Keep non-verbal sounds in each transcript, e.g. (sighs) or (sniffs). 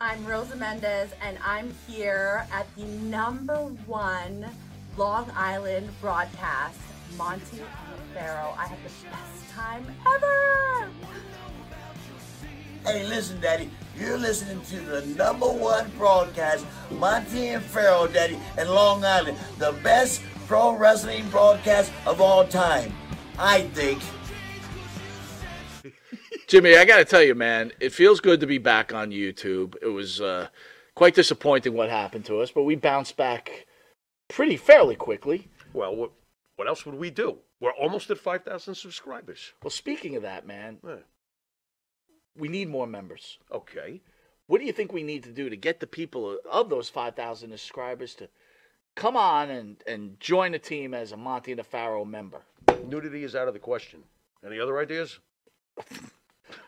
I'm Rosa Mendez, and I'm here at the number one Long Island broadcast, Monty and Pharaoh. I had the best time ever. Hey, listen, Daddy. You're listening to the number one broadcast, Monty and Farrell, Daddy, in Long Island. The best pro wrestling broadcast of all time, I think. Jimmy, I got to tell you, man, it feels good to be back on YouTube. It was uh, quite disappointing what happened to us, but we bounced back pretty fairly quickly. Well, what, what else would we do? We're almost at 5,000 subscribers. Well, speaking of that, man, Eh, we need more members. Okay. What do you think we need to do to get the people of those 5,000 subscribers to come on and, and join the team as a Monty Nefaro member? Nudity is out of the question. Any other ideas?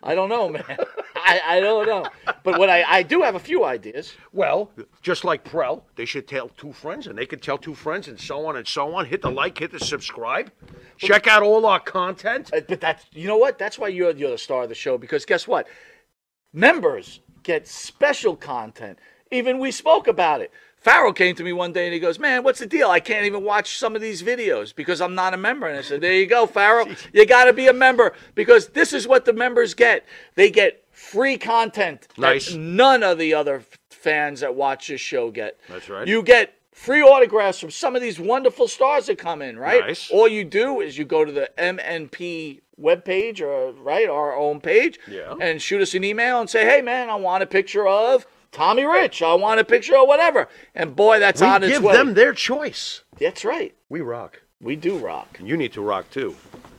I don't know, man. (laughs) I, I don't know. But what I, I do have a few ideas. Well, just like Prell, they should tell two friends, and they could tell two friends, and so on and so on. Hit the like, hit the subscribe. Check out all our content. Uh, (laughs) But that's you know what? That's why you're you're the star of the show because guess what? Members get special content. Even we spoke about it. Farrell came to me one day and he goes, "Man, what's the deal? I can't even watch some of these videos because I'm not a member." And I said, "There you (laughs) go, Farrell. You got to be a member because this is what the members get. They get free content that Nice. none of the other f- fans that watch this show get. That's right. You get free autographs from some of these wonderful stars that come in, right? Nice. All you do is you go to the MNP webpage or right our own page Yeah. and shoot us an email and say, "Hey man, I want a picture of Tommy Rich. I want a picture of whatever." And boy, that's We on its give way. them their choice. that's right. We rock. We do rock. And you need to rock too.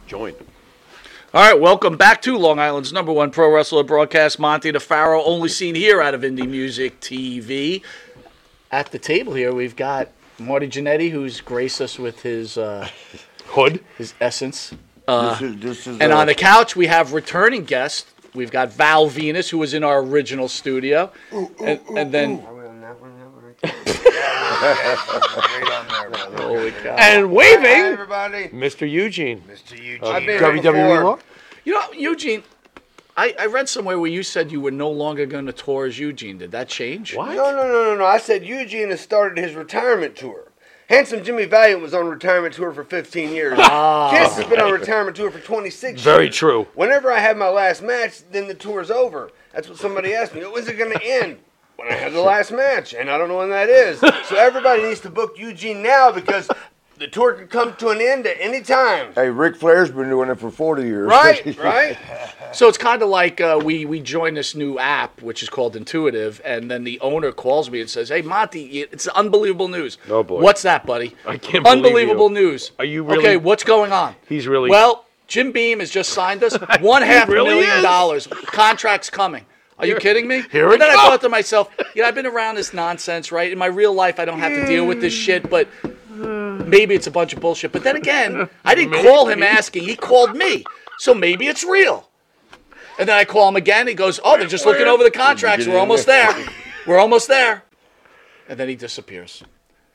Join. All right, welcome back to Long Island's number one pro wrestler broadcast, Monty DeFaro, only seen here out of Indie Music TV. At the table here, we've got Marty Jannetty, who's graced us with his uh, Hood. his essence. this is, this is And uh, on the couch, we have returning guest. We've got Val Venus, who was in our original studio, and, and then (laughs) Right on there, brother. holy cow! And Hi, waving, everybody. Mr. Eugene. Mr. Eugene. E WWE E Law. You know, Eugene, I, I read somewhere where you said you were no longer going to tour as Eugene. Did that change? No, no, no, no, no. I said Eugene has started his retirement tour. Handsome Jimmy Valiant was on retirement tour for 15 years. Kiss has been on retirement tour for 26 Ah. Very years. true. Whenever I had my last match, then the tour's over. That's what somebody asked me. When's it going to end? When I have the last match, and I don't know when that is. So everybody needs to book Eugene now because the tour can come to an end at any time. Hey, Ric Flair's been doing it for 40 (laughs) years. (laughs) Right? Right? So it's kind of like uh, we we joined this new app, which is called Intuitive, and then the owner calls me and says, "Hey, Monty, it's unbelievable news." Oh, boy. What's that, buddy? I can't believe Unbelievable you. news. Are you really- okay? What's going on? He's really- well. Jim Beam has just signed (laughs) us one half really million is. dollars. Contracts coming. Are you kidding me? here and it then I comes. thought to myself, you know, I've been around this nonsense, right? In my real life, I don't have to deal with this shit, but maybe it's a bunch of bullshit. But then again, I didn't call him asking. He called me. So maybe it's real. And then I call him again. He goes, Oh, they're just looking over the contracts. We're almost there. We're almost there. And then he disappears.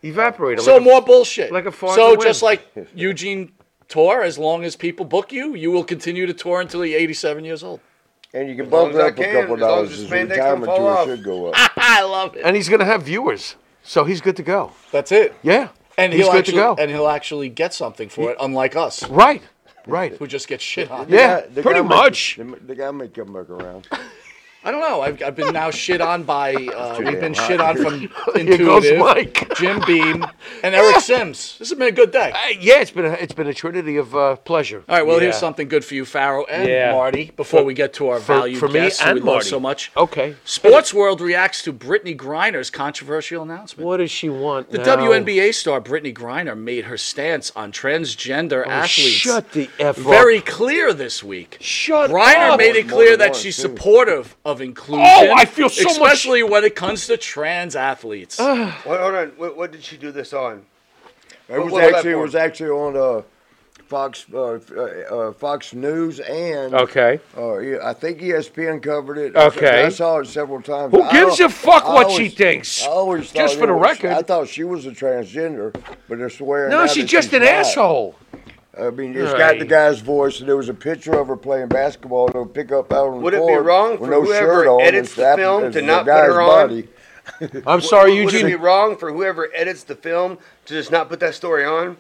Evaporated. So more bullshit. like a fart in the So wind. just like Eugene tour, as long as people book you, you will continue to tour until you're 87 years old. (laughs) And you can long bump it as I up can, a couple as long as dollars. the His spandex don't retirement fall tour off. should go up. Ah, I love it. and he's gonna have viewers, so he's good to go. That's it. Yeah, And he's he'll good actually, to go. And he'll actually get something for it, unlike us, right, right. who just get shit on. Yeah, The guy- the pretty guy may- much. the, the guy may come (laughs) back around. I don't know. I've, I've been now shit on by. (laughs) Uh, we've been damn hot. shit on from Here goes Intuitive, Mike. Jim (laughs) Beam, and Eric Sims. This has been a good day. Uh, yeah, it's been a, it's been a trinity of uh, pleasure. All right. Well, Yeah. here's something good for you, Farrow and Yeah. Marty. Before we get to our for- value for me guests, who and we love Marty. Oh. so much. Okay. Sports World reacts to Brittany Griner's controversial announcement. What does she want? The now? WNBA star Brittany Griner made her stance on transgender Oh, athletes Shut the f up. very clear this week. Shut Reiner up. made it More clear than that one, she's too. supportive of inclusion. Oh, I feel so much- Ah. especially when it comes to trans athletes. What, hold on. What, what did she do this on? It was what about actually it for- was actually on uh, Fox uh, f- uh, uh, Fox News and Okay. uh, yeah, I think ESPN covered it. Okay. I saw it several times. Who I gives al- a fuck I what always- she thinks? I always Just thought for it the was- record. I thought she was a transgender, but they're swearing. No, now she's that just she's an not. asshole. I mean, it's got the guy's voice, and there was a picture of her playing basketball in a pickup out on Would the it be court wrong with for no whoever shirt on, edits and the that- film and to the not put guy's her on? body. I'm sorry, Would it be Eugene. wrong for whoever edits the film to just not put that story on?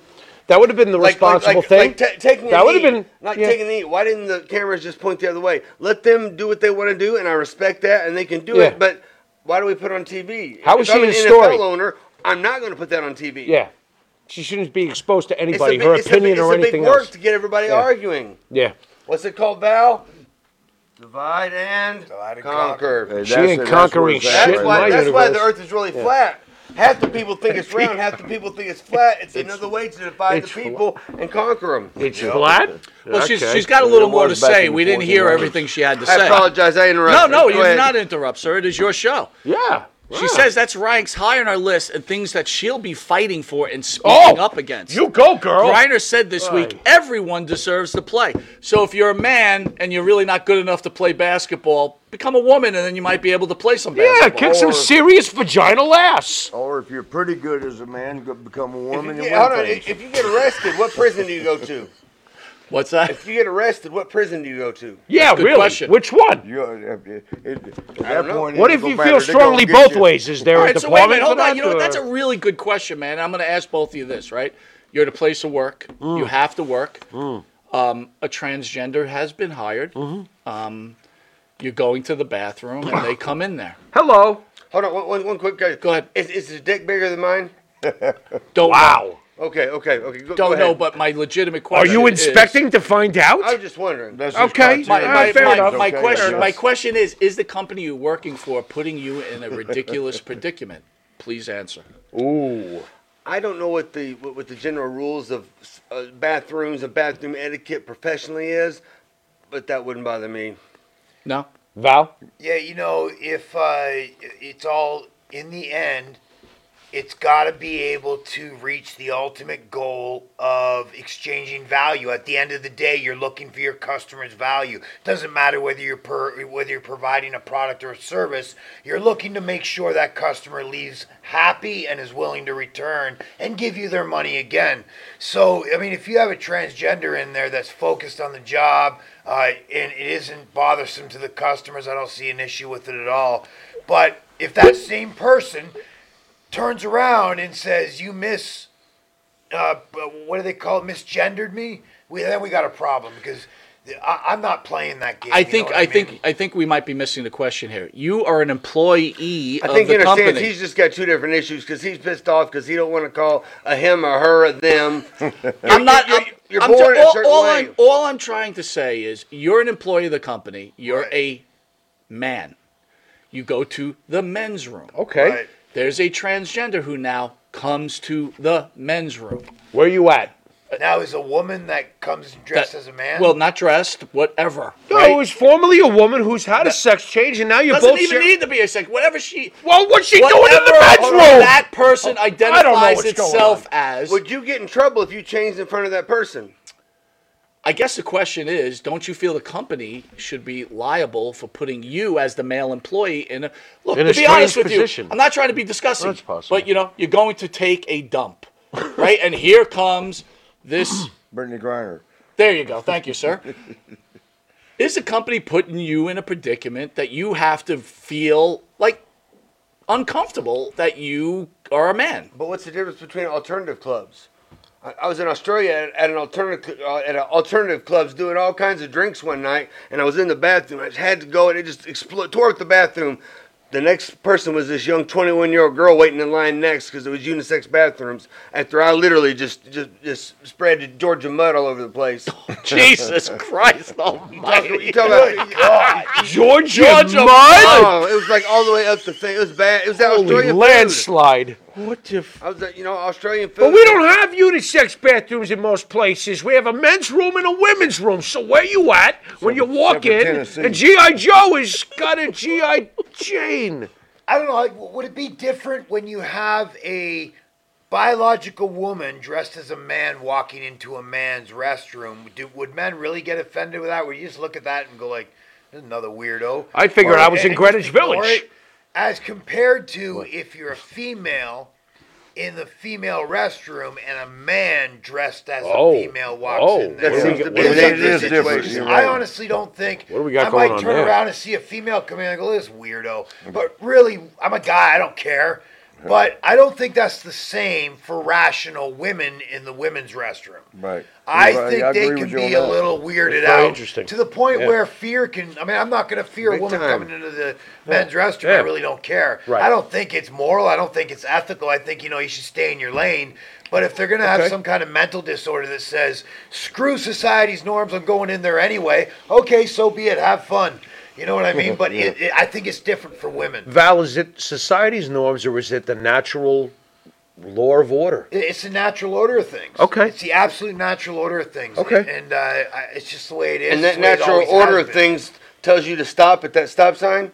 That would have been the responsible like, thing. Like ta- taking a that would knee, have been not yeah. taking a knee. Why didn't the cameras just point the other way? Let them do what they want to do, and I respect that, and they can do Yeah. it. But why do we put it on TV? How if is she I'm an in NFL the story? owner? I'm not going to put that on TV. Yeah, she shouldn't be exposed to It's a anybody, big- her it's a opinion big- or it's anything a big work else. to get everybody Yeah. arguing. Yeah, What's it called, Val? Divide and conquer. And She that's- ain't that's conquering where it's at That's in right why. my there. that's why the universe. Earth is really flat. Half the people think (laughs) it's round. Half the people think it's flat. It's, another way to divide the it's flat. people and conquer them. it's flat. Well, she's, Okay. she's got a little It more to was back say. in We the didn't hear 1400s. everything she had to (laughs) I say. apologize. I No, interrupted. no, Go you did ahead. not interrupt, sir. It is your show. Yeah. She yeah. says that's ranks high on our list and things that she'll be fighting for and speaking up against. You go, girl. Reiner said this week, everyone deserves to play. So if you're a man and you're really not good enough to play basketball, become a woman and then you might be able to play some Yeah, basketball. kick some serious vaginal ass. Or if you're pretty good as a man, go- become a If woman you and get, hold win on. things. If you get arrested, what prison do you go to? What's that? If you get arrested, what prison do you go to? Yeah, good really. question. Which one? You- if you- it- at that know. point, it What don't if go you matter. feel They're gonna strongly get both you. ways? Is there All a right, so wait a minute, department hold for on. that? You know what? That's or- a really good question, man. I'm going to ask both of you this, right? You're at a place of work. You have to work. Um, a transgender has been hired. Um, you're going to the bathroom and they come in there. Hello. Hold on. One, one, one quick. Go ahead. Is, is his dick bigger than mine? Don't Wow. Okay. Okay. Okay. Go, Don't go know, ahead. but my legitimate Are question you is- inspecting to find out? I was just wondering. That's just Okay. criteria. My, Yeah, my, fair my, enough. my Okay, question fair my enough. question is is the company you're working for putting you in a ridiculous predicament? Please answer. I don't know what the what, what the general rules of uh, bathrooms and bathroom etiquette professionally is, but that wouldn't bother me. No. Val. Yeah, you know, if uh, it's all in the end, it's got to be able to reach the ultimate goal of exchanging value. At the end of the day, you're looking for your customer's value. Doesn't matter whether you're per, whether you're providing a product or a service. You're looking to make sure that customer leaves happy and is willing to return and give you their money again. So, I mean, if you have a transgender in there that's focused on the job uh, and it isn't bothersome to the customers, I don't see an issue with it at all. But if that same person turns around and says, "You miss, uh, what do they call it? Misgendered me." We then we got a problem because I, I'm not playing that game. I you know think what I, think mean? I think we might be missing the question here. You are an employee I of think he the understands. company. He's just got two different issues because he's pissed off because he don't want to call a him or her (laughs) a them. I'm not. you're- I'm, you're I'm born ju- a all, certain all way. I'm, all I'm trying to say is you're an employee of the company. You're a man. You go to the men's room. Okay. Right. There's a transgender who now comes to the men's room. Where you at? now is a woman that comes dressed as a man. Well, not dressed, whatever. No, it was formerly a woman who's had a sex change, and now you're Doesn't both. even share- need to be a sex. Whatever she. well, what's she whatever doing in the bedroom? (laughs) That person I don't know identifies what's going itself as. Would you get in trouble if you changed in front of that person? I guess the question is, don't you feel the company should be liable for putting you as the male employee in a look? In to a be honest strange with position. you, I'm not trying to be discussing, That's possible. but you know, you're going to take a dump, right? and here comes this. Brittany Griner. There you go. Thank you, sir. Is the company putting you in a predicament that you have to feel like uncomfortable that you are a man? But what's the difference between alternative clubs? I, I was in Australia at, at an alternative uh, at an alternative clubs doing all kinds of drinks one night, and I was in the bathroom. I just had to go, and it just explo- tore up the bathroom. The next person was this young 21 year old girl waiting in line next because it was unisex bathrooms. After I literally just just just spread Georgia mud all over the place. (laughs) Jesus (laughs) Christ You (laughs) Almighty! talk about- Georgia, Georgia Mud? oh, it was like all the way up the thing. It was bad. It was that Holy Australian food. landslide. What the? F- I was at, you know Australian food. but we don't have unisex bathrooms in most places. We have a men's room and a women's room. So where you at when you walk except for in? Tennessee. And GI Joe has got a GI chain. I don't know. Like, would it be different when you have a biological woman dressed as a man walking into a man's restroom? Do, would men really get offended with that? Would you just look at that and go like, "This is another weirdo"? I figured I was in and just Greenwich ignore Village. it, As compared to if you're a female in the female restroom and a man dressed as Oh. a female walks Oh. in That there. seems- It's what do we a got- different it is different. situation. You're right. I honestly don't think What do we got I going might on turn there? around and see a female come in and go, "Look at this weirdo. But really, I'm a guy, I don't care. But I don't think that's the same for rational women in the women's restroom. Right. I Right, think agree they can with you on be a that. little weirded That's very out interesting. to the point Yeah. where fear can. I mean, I'm not going to fear Big a woman time. coming into the men's restroom. I Yeah. really don't care. Right. I don't think it's moral. I don't think it's ethical. I think you know you should stay in your lane. But if they're going to have Okay. some kind of mental disorder that says screw society's norms, I'm going in there anyway. Okay, so be it. Have fun. You know what I mean? But it, it, I think it's different for women. Val, is it society's norms or is it the natural law of order? It- It's the natural order of things. Okay. It's the absolute natural order of things. Okay. And uh, I, it's just the way it is. And It's that the way it natural always has order of been. things tells you to stop at that stop sign.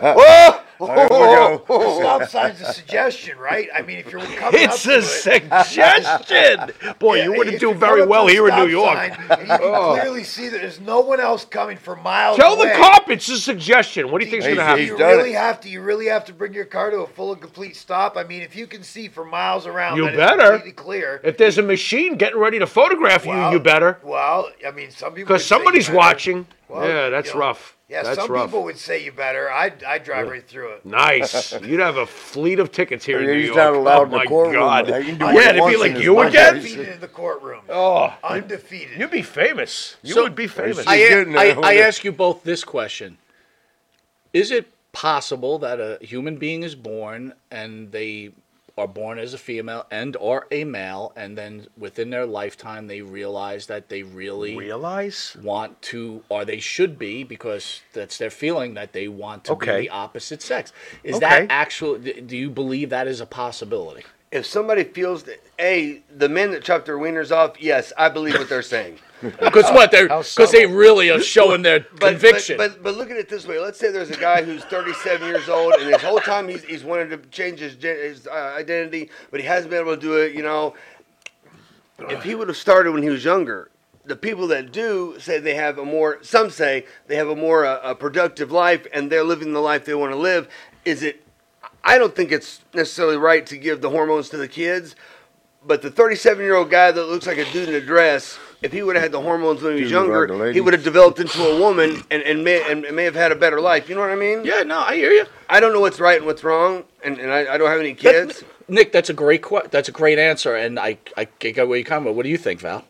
Oh! The stop sign's a suggestion, right? I mean, if you're (laughs) coming It's up to a it, suggestion. Boy, you yeah, wouldn't if do you're very coming up well to a here in stop New York. Oh. sign and you (laughs) can clearly see that there's no one else coming for miles. Tell the away. cop it's a suggestion. What do you think's going Do to you- happen? Do you He's done really it. have to? You really have to bring your car to a full and complete stop. I mean, if you can see for miles around, You that it's better. completely clear. If there's a machine getting ready to photograph Well, you, you better. Well, I mean, some people would Because say you somebody's better. watching. Well, yeah, that's you know, rough. Yeah, that's some rough. people would say you better. I I drive right through it. (laughs) Nice. You'd have a fleet of tickets here in New You're York. just not allowed oh in the my courtroom. God. They can do what yeah, they it'd want be in like this you bunch. again. Undefeated in the courtroom. Oh, Undefeated. you'd be famous. You So- would be famous. I, getting I, there, I isn't it? ask you both this question Is it possible that a human being is born and they are born as a female and or a male and then within their lifetime they realize that they really (laughs) realize. want to or they should be because that's their feeling that they want to Okay. be the opposite sex is Okay. that actual d- do you believe that is a possibility If somebody feels that, hey, the men that chop their wieners off, yes, I believe what they're saying. because what they're because they really are showing their conviction But, but but look at it this way. Let's say there's a guy who's 37 years old, and his whole time he's, he's wanted to change his gen- his uh, identity, but he hasn't been able to do it. You know, if he would have started when he was younger, the people that do say they have a more. Some say they have a more uh, a productive life, and they're living the life they want to live. Is it? I don't think it's necessarily right to give the hormones to the kids. But the 37 year old guy that looks like a dude in a dress, if he would have had the hormones when he was Dude, younger, regular he ladies. would have developed into a woman and, and, may, and may have had a better life. You know what I mean? yeah no i hear you I don't know what's right and what's wrong, and, and I, I don't have any That- kids. nick that's a great que- that's a great answer and i i get where you're coming from. what do you think val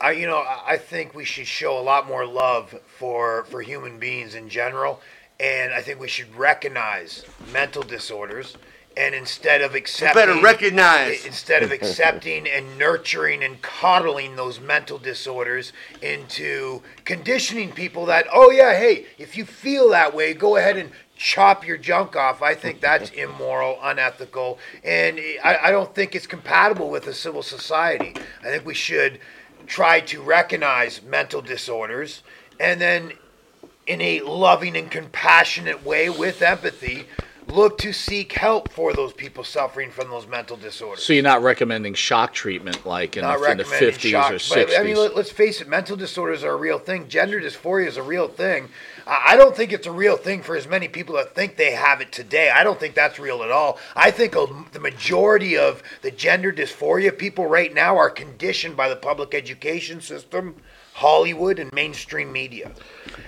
I, you know, I I think we should show a lot more love for for human beings in general, and I think we should recognize mental disorders, and instead of accepting, Better recognize. instead of accepting and nurturing and coddling those mental disorders into conditioning people that oh yeah hey if you feel that way go ahead and chop your junk off i think that's immoral unethical and I, I don't think it's compatible with a civil society i think we should try to recognize mental disorders and then in a loving and compassionate way with empathy look to seek help for those people suffering from those mental disorders so you're not recommending shock treatment like in, not the, in the recommending 50s shock, or 60s But, I mean, let, us face it, mental disorders are a real thing. Gender dysphoria is a real thing. I, I don't think it's a real thing for as many people that think they have it today. I don't think that's real at all. I think a, the majority of the gender dysphoria people right now are conditioned by the public education system, Hollywood, and mainstream media.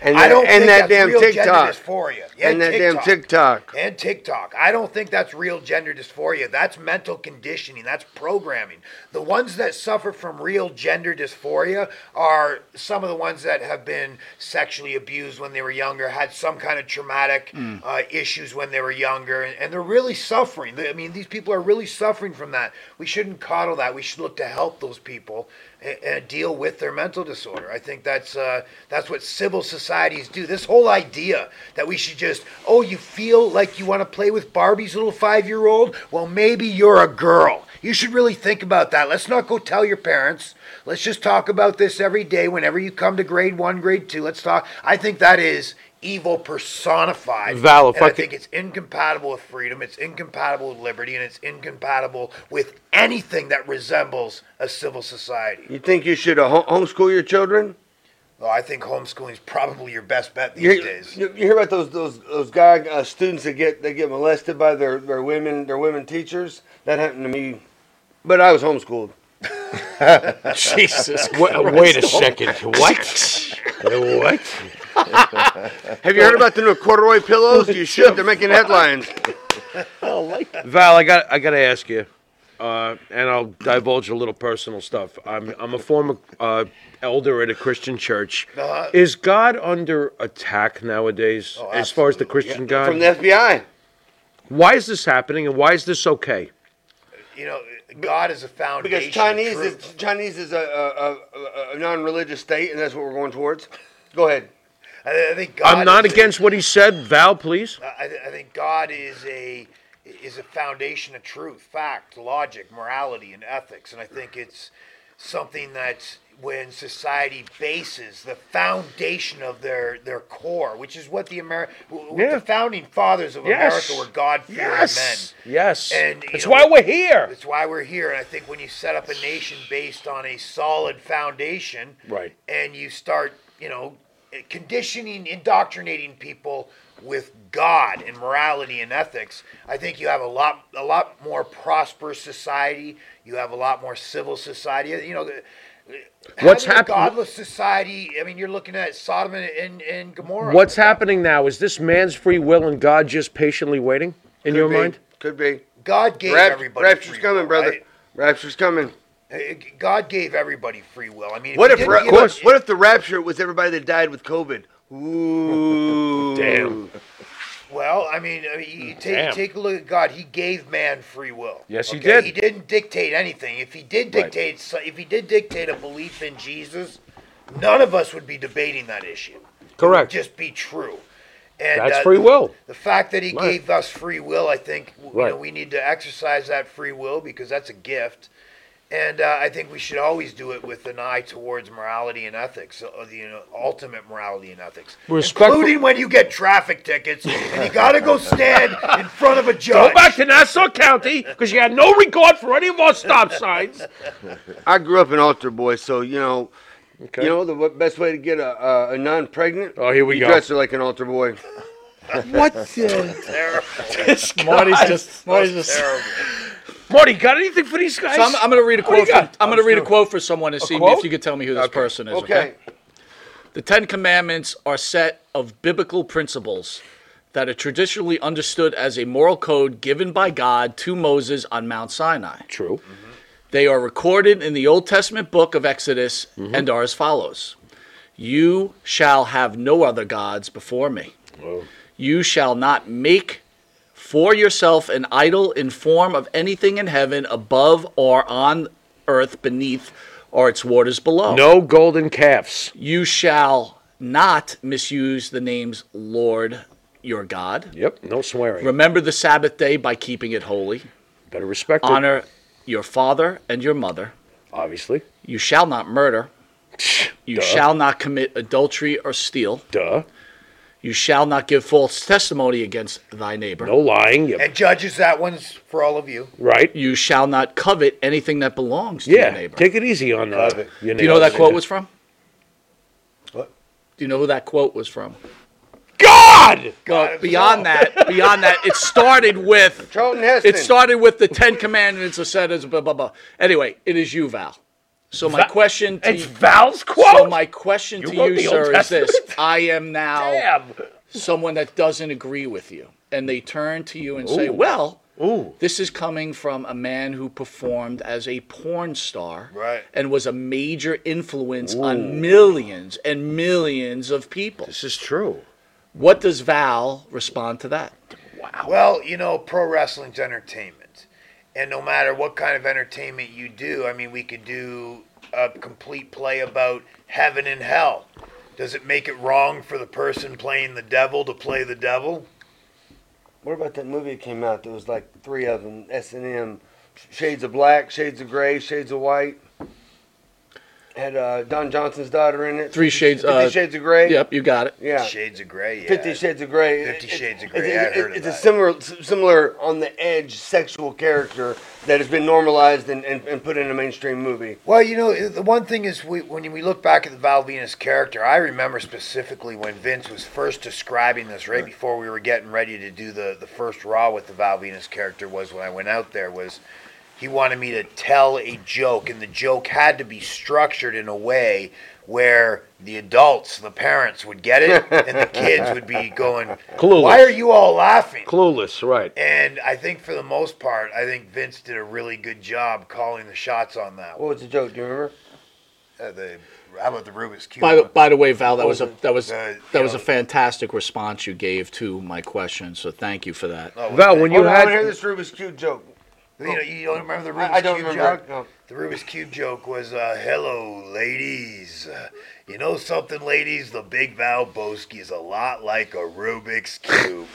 And, I don't and think that that's damn real gender TikTok. dysphoria. Yeah, And that damn TikTok. TikTok. And TikTok. I don't think that's real gender dysphoria. That's mental conditioning. That's programming. The ones that suffer from real gender dysphoria are some of the ones that have been sexually abused when they were younger, had some kind of traumatic Hmm. uh, issues when they were younger, and, and they're really suffering. They- I mean, these people are really suffering from that. We shouldn't coddle that. We should look to help those people and, and uh, deal with their mental disorder. I think that's uh, that's what civil societies do. This whole idea that we should just oh, you feel like you want to play with Barbie's little five-year-old. Well, maybe you're a girl. You should really think about that. Let's not go tell your parents. Let's just talk about this every day. Whenever you come to grade one, grade two, let's talk. I think that is evil personified. Val, if and I I, could- think it's incompatible with freedom. It's incompatible with liberty, and it's incompatible with anything that resembles a civil society. You think you should uh, ho- homeschool your children? Well, I think homeschooling is probably your best bet these You, days. you, you hear about those those those guy uh, students that get that get molested by their, their women their women teachers? That happened to me, but I was homeschooled. (laughs) Jesus. Wait, wait a second. What? what? Have you heard about the new corduroy pillows? (laughs) You should. They're making headlines. Val, I got I got to ask you, uh, and I'll divulge a little personal stuff. I'm I'm a former uh, elder at a Christian church. Uh-huh. Is God under attack nowadays, Oh, as far as the Christian God? From the FBI. why is this happening, and why is this okay? You know, God is a foundation. Because of Chinese truth. is Chinese is a, a, a, a- a non-religious state, and that's what we're going towards. Go ahead. I I think God I'm not is a- against what he said, Val. Please. I, I- I think God is a is a foundation of truth, fact, logic, morality, and ethics, and I think it's something that when society bases the foundation of their their core, which is what the Ameri- w- w- Yeah. the founding fathers of Yes. America were God fearing Yes. men. Yes. And, you That's know, why we're here. That's why we're here, and I think when you set up a nation based on a solid foundation, Right. and you start, you know, conditioning, indoctrinating people with God and morality and ethics, I think you have a lot, a lot more prosperous society. You have a lot more civil society. You know, the, What's having a happening- Godless society. I mean, you're looking at Sodom and, and, and Gomorrah. What's happening now? Is this man's free will and God just patiently waiting in your Could be. mind? Could be. God gave Rapt- everybody. rapture's free coming, will, brother. right? Rapture's coming. Uh, God gave everybody free will. I mean, What you if didn't ra- give what, us- what if the rapture was everybody that died with (laughs) COVID? Ooh. Damn. Well, I mean, I mean you take, Damn. take a look at God. He gave man free will. Yes, he Okay? did. He didn't dictate anything. If he did dictate, so- if he did dictate a belief in Jesus, none of us would be debating that issue. Correct. Just be true. And That's uh, free will. The fact that he Right. gave us free will, I think, w- you know, Right. we need to exercise that free will because that's a gift. And uh, I think we should always do it with an eye towards morality and ethics, uh, the you know, ultimate morality and ethics, Respectful- including when you get traffic tickets and you got to go stand in front of a Go judge. back to Nassau County because you had no regard for any of our stop signs. I grew up an altar boy, so you know, you (laughs) know the w- best way to get a, a, a non-pregnant. Oh, here we you go. Dress her like an altar boy. What the? (laughs) Marty's just. Marty's just. Marty, got anything for these guys? So I'm, I'm going to read a What do you quote. From, got? I'm going to read a quote for someone this evening. quote? If you could tell me who this person is, okay. Okay. The Ten Commandments are a set of biblical principles that are traditionally understood as a moral code given by God to Moses on Mount Sinai. Mm-hmm. True. They are recorded in the Old Testament book of Exodus Mm-hmm. and are as follows You shall have no other gods before me. You shall not make for yourself an idol in form of anything in heaven above or on earth beneath or its waters below. No golden calves. You shall not misuse the names Lord your God. Yep. No swearing. Remember the Sabbath day by keeping it holy. Better respect it, Honor your father and your mother. Obviously. You shall not (laughs) murder. You shall not commit adultery or steal. Duh. You shall not give false testimony against thy neighbor. No lying. Yep. And judges, that one's for all of you. Right. You shall not covet anything that belongs to your Yeah. neighbor. Take it easy on uh, that. Love it. Do you know who that quote was from? What? Do you know who that quote was from? God. Well, beyond that, beyond that, it started with Charlton Heston. It started with the Ten Commandments of said as blah blah blah. Anyway, it is you, Val. So my Va- question to It's you, Val's quote. so my question to wrote you, the Old sir, is this: Testament? I am now Damn. someone that doesn't agree with you, and they turn to you and say, "Well, Ooh. this is coming from a man who performed as a porn star Right. and was a major influence on millions and millions of people." This is true. What does Val respond to that? Well, you know, pro wrestling's entertainment. And no matter what kind of entertainment you do, I mean, we could do a complete play about heaven and hell. Does it make it wrong for the person playing the devil to play the devil? What about that movie that came out? There was like three of them. S and M, Shades of Black, Shades of Gray, Shades of White. had uh, Don Johnson's daughter in it. Three Shades. Fifty uh, Shades of Grey. Yep, you got it. Yeah. Shades of Gray. Yeah. Fifty Shades of Grey. Fifty It- it- Shades of it's- Grey, It's, I heard of it's that. a similar, s- similar on the edge sexual character that has been normalized and, and, and put in a mainstream movie. Well, you know, the one thing is we, when we look back at the Val Venus character, I remember specifically when Vince was first describing this right before we were getting ready to do the, the first Raw with the Val Venus character was when I went out there was he wanted me to tell a joke, and the joke had to be structured in a way where the adults, the parents, would get it, and the kids would be going, Clueless. "Why are you all laughing?" Clueless, right? And I think for the most part, I think Vince did a really good job calling the shots on that. What was the joke? Do you remember? Uh, the how about the Rubik's cube? By the, by the way, Val, that was a that was Uh, that was a you know- fantastic response you gave to my question. So thank you for that. Oh, Val, when you Hold on, I want to hear had this Rubik's Cube joke. you know, you don't remember the Rubik's I, I don't cube remember. joke? No. The Rubik's cube joke was, uh, "Hello, ladies. Uh, You know something, ladies? The Big Val Boski is a lot like a Rubik's cube.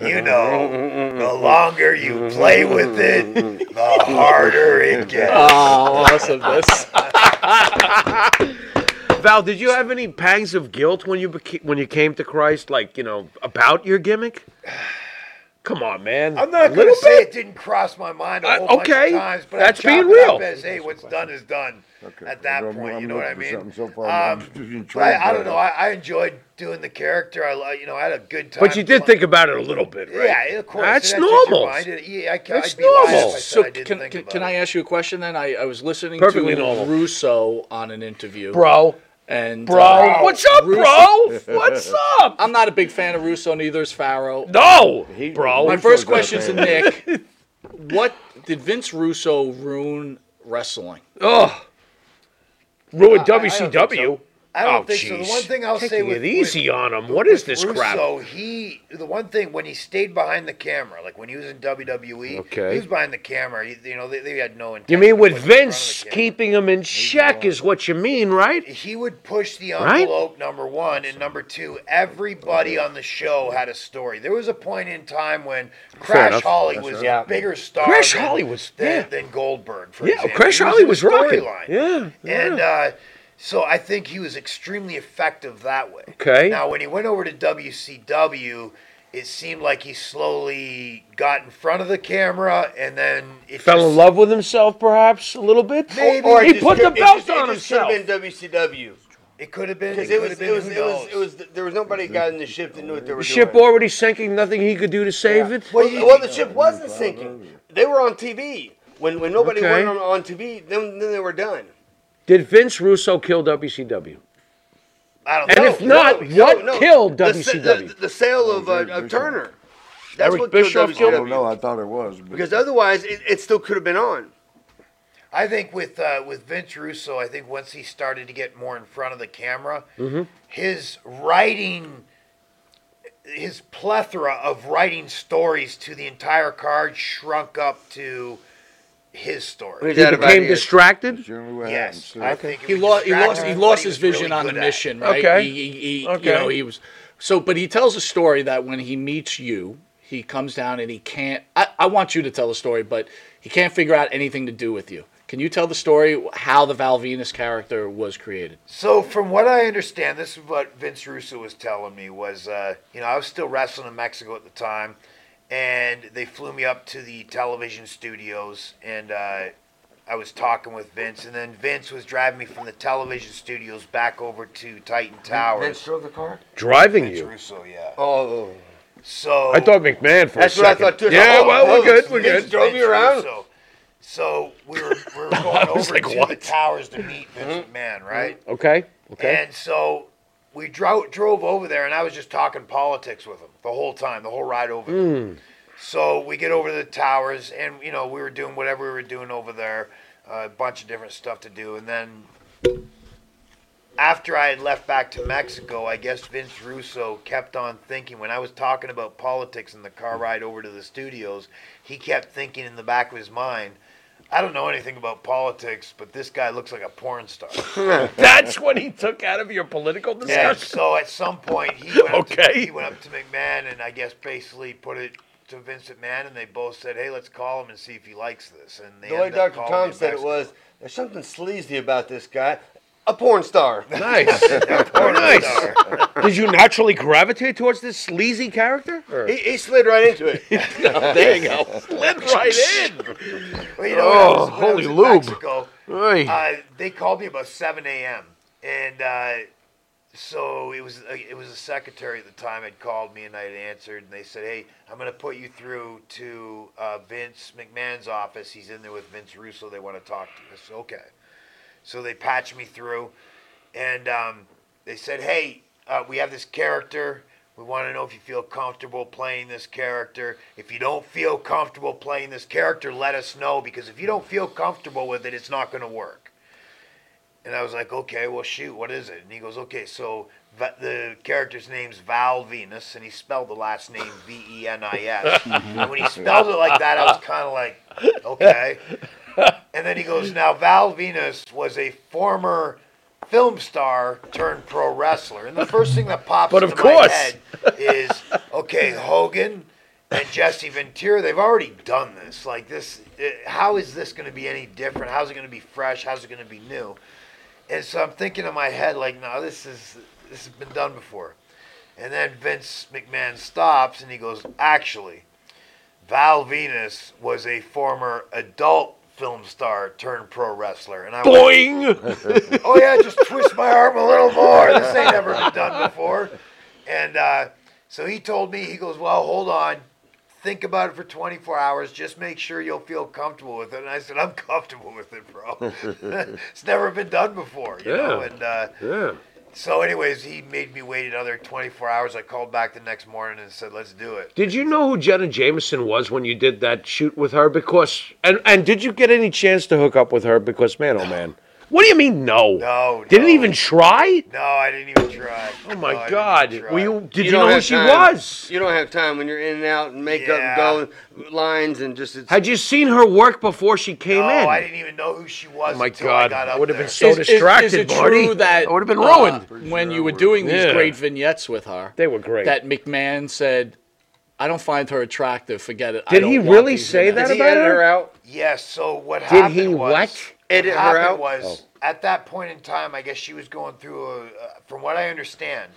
you know, the longer you play with it, the harder it gets." Uh, Oh, awesomeness! Val, did you have any pangs of guilt when you beca- when you came to Christ, like you know about your gimmick? (sighs) Come on, man. I'm not A going little to say bit? it didn't cross my mind a Uh, whole bunch of okay, times, but that's I chopped being it up real. As, hey, what's done is done. Okay, At that I'm- point, I'm you know what looking I for mean. something so far, I'm Um, just intrigued but I, I by don't that. know. I, I enjoyed doing the character. I, li- you know, I had a good time. But you did think about it a little bit, right? Yeah, of course. That's just your normal. mind. It- Yeah, I, ca- That's I'd be lying if normal. I said so I didn't can think can, about can I it. ask you a question? Then I, I was listening Perfectly to normal. Russo on an interview, Bro, and bro, uh, what's up, bro? (laughs) What's up? I'm not a big fan of Russo. Neither is Farrow. No, bro. My Russo's first got question to banned. Nick: What did Vince Russo ruin wrestling? Ugh. Ruined I- I don't think WCW. I don't oh, think so. The one thing I'll Taking say with it easy with, on him. What is this Russo, crap? he the one thing when he stayed behind the camera, like when he was in WWE, Okay. he was behind the camera. You, you know, they, they had no intention. You mean of with putting him in front of Vince the camera. keeping him in check is what you mean, right? he would push the Right? envelope number one and number two everybody on the show had a story there was a point in time when crash enough. holly was a right. bigger star Crash than, Holly was- than, yeah. than goldberg for Yeah, example. Crash He Holly in the was rocking. storyline. Yeah, and uh, so i think he was extremely effective that way Okay. now when he went over to wcw it seemed like he slowly got in front of the camera and then it Fell just- in love with himself, perhaps a little bit. Maybe. Or he it put just- the it belt just- on it just should have himself. been WCW. it could have been Because it could was, have it been, was, who it was, knows? it was, there was nobody got in the ship that knew what they were The doing. ship already sinking. Nothing he could do to save it. Well, well, the ship wasn't sinking. They were on TV. When when nobody Okay. went on, on TV, then then they were done. Did Vince Russo kill WCW? i don't And know if not, what killed The sa- WCW? The, the sale of, uh, of Turner. That's Eric what killed Bischoff I killed WCW. don't know. I thought it was. But Because otherwise, it, it still could have been on. I think with uh, with Vince Russo, I think once he started to get more in front of the camera, his writing, his plethora of writing stories to the entire card shrunk up to his story. He became distracted. generally what Yes, I happens. think it He was lost. He distracting lost. He from lost what his he was vision really on the good at. mission, right? Okay. He, he, he, Okay. You know, he was. So, but he tells a story that when he meets you, he comes down and he can't. I, I want you to tell the story, but he can't figure out anything to do with you. Can you tell the story how the Val Venus character was created? So, from what I understand, this is what Vince Russo was telling me was, uh, you know, I was still wrestling in Mexico at the time, and they flew me up to the television studios, and uh, I was talking with Vince, and then Vince was driving me from the television studios back over to Titan Towers. Vince drove the car? Driving Vince you. Russo, yeah. Oh. So I (laughs) thought McMahon for That's a what I second. thought too. Yeah, Oh, well, oh, we're good. We're Vince good. drove you around? So, so we were (laughs) we were going was over like, to the what? Mm-hmm. towers (laughs) to meet Vince McMahon, right? Okay. Okay. And so we dro- drove over there, and I was just talking politics with him the whole time, the whole ride over. there. So we get over to the towers, and you know we were doing whatever we were doing over there, uh, a bunch of different stuff to do, and then after I had left back to Mexico, I guess Vince Russo kept on thinking when I was talking about politics in the car ride over to the studios, he kept thinking in the back of his mind. I don't know anything about politics, but this guy looks like a porn star. That's what he took out of your political Yeah. discussion. So at some point he went up to, Okay. he went up to McMahon and I guess basically put it to Vince McMahon and they both said, "Hey, let's call him and see if he likes this." And they The way ended Dr. up calling Tom him said it backstage. was, there's something sleazy about this guy. a porn (laughs) star. (laughs) Nice. Very nice. Did you naturally gravitate towards this sleazy character? or- He, he slid right (laughs) into it. there you go. Slip right in. Well, (laughs) you know, when I Oh, was- when I was holy in lube. Mexico, Right. uh, they called me about 7 a.m. and uh, so it was uh, it was a secretary at the time had called me and I had answered and they said, "Hey, I'm going to put you through to uh, Vince McMahon's office. He's in there with Vince Russo. They want to talk to you." I said, "Okay." So they patched me through, and um, they said, "Hey, uh, we have this character. We want to know if you feel comfortable playing this character. If you don't feel comfortable playing this character, let us know because if you don't feel comfortable with it, it's not going to work." And I was like, "Okay, well, shoot, what is it?" And he goes, "Okay, so Va- the character's name's Val Venus, and he spelled the last name E (laughs) V-E-N-I-S. and when he spelled it like that, I was kind of like, okay." And then he goes, Now, Val Venus was a former film star turned pro wrestler. And the first thing that pops But into of course. my head is, okay, Hogan and Jesse Ventura, they've already done this. Like, this, eh, how is this going to be any different? How's it going to be fresh? How's it going to be new? And so I'm thinking in my head, like, no, this is this has been done before. And then Vince McMahon stops and he goes, actually, Val Venus was a former adult film star turned pro wrestler. And I went, Boing. oh yeah, just twist my arm a little more. This ain't never been done before. And uh, so he told me, he goes, well, hold on. Think about it for 24 hours. Just make sure you'll feel comfortable with it. And I said, I'm comfortable with it, bro. (laughs) it's never been done before, you know. Yeah. And uh, Yeah. so, anyways, he made me wait another 24 hours. I called back the next morning and said, let's do it. Did you know who Jenna Jameson was when you did that shoot with her? Because and and did you get any chance to hook up with her? Because man, oh man, what do you mean no? No, Didn't no. even try. No, I didn't even try. Oh No, I my didn't even God! try. Were you, did you, don't know who have she time. was? You don't have time when you're in and out and makeup Yeah. and going lines and just it's Had you seen her work before she came No, in? I didn't even know who she was. Oh my until I God, got I up would've been there. so Is- is- distracted, is, it Marty. True that I would've been uh, ruined. when you were doing these Yeah. great vignettes with her. They were great. That McMahon said, "I don't find her attractive. Forget it." I Did don't he want really these say vignettes." that Did he about edit her? her out? Yes. So what Did happened he was, what? Oh. Edit her happened out? Was at that point in time, I guess she was going through a. Uh, from what I understand,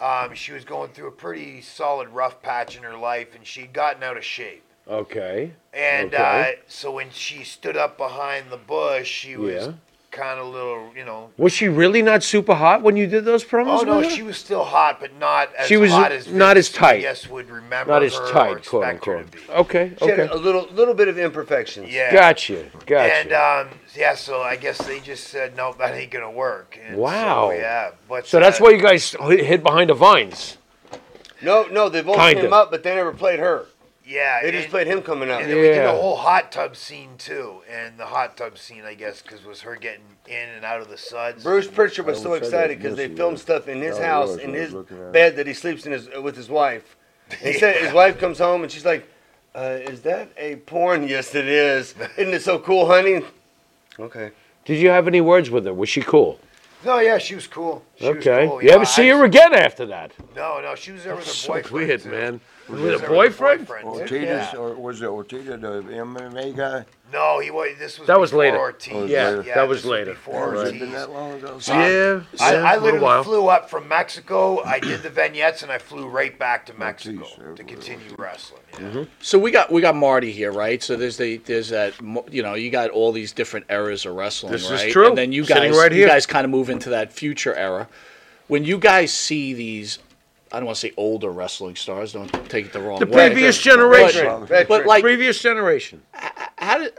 um, she was going through a pretty solid rough patch in her life, and she'd gotten out of shape. Okay. And Okay. uh, so when she stood up behind the bush, she was Yeah. kind of a little, you know. Was she really not super hot when you did those promos? Oh no, with her? she was still hot, but not as She was hot as not Vince, as tight. Yes, would remember not as her or tight, quote expect her to unquote. be. Okay. She had Okay. a little little bit of imperfections. Yeah. Gotcha. Gotcha. And um, yeah, so I guess they just said no, that ain't gonna work. And so, Wow. yeah, but so that's uh, why you guys hid hid behind the vines. No, no, they both Kinda. came up, but they never played her. Yeah, They just and- played him coming up. And then we did Yeah. a whole hot tub scene too, and the hot tub scene, I guess, because was her getting in and out of the suds. Bruce Pritchard was so almost said excited it. because they Yes, he filmed was. stuff in his Yeah, I house realized in what I was his looking at. bed that he sleeps in his with his wife. He said his wife comes home and she's like, uh, "Is that a porn? (laughs) Yes, it is. Isn't it so cool, honey?" Okay. Did you have any words with her? Was she cool? No, Oh, yeah, she was cool. She was okay. cool, you ever know, see I- her again after that? No, no, she was there with her So boyfriend. weird, too. man. She was With a there boyfriend? boyfriend, too. Ortiz, Yeah. or was it Ortiz, the MMA guy? No, he was. This was That was before later. Ortiz. Oh, Yeah, later. that was this later. Before Was it Ortiz. been that long ago? Yeah. I, yeah, I for a while. literally flew up from Mexico. I did the vignettes and I flew right back to Mexico geez, to continue wrestling. yeah. Mm-hmm. So we got we got Marty here, right? So there's the there's that mo- you know you got all these different eras of wrestling, This is right? true. And then you Sitting guys right you here. guys kind of move into that future era. When you guys see these, I don't want to say older wrestling stars. Don't take it the wrong The way. previous generation. But- Veteran. But like, previous generation. how did?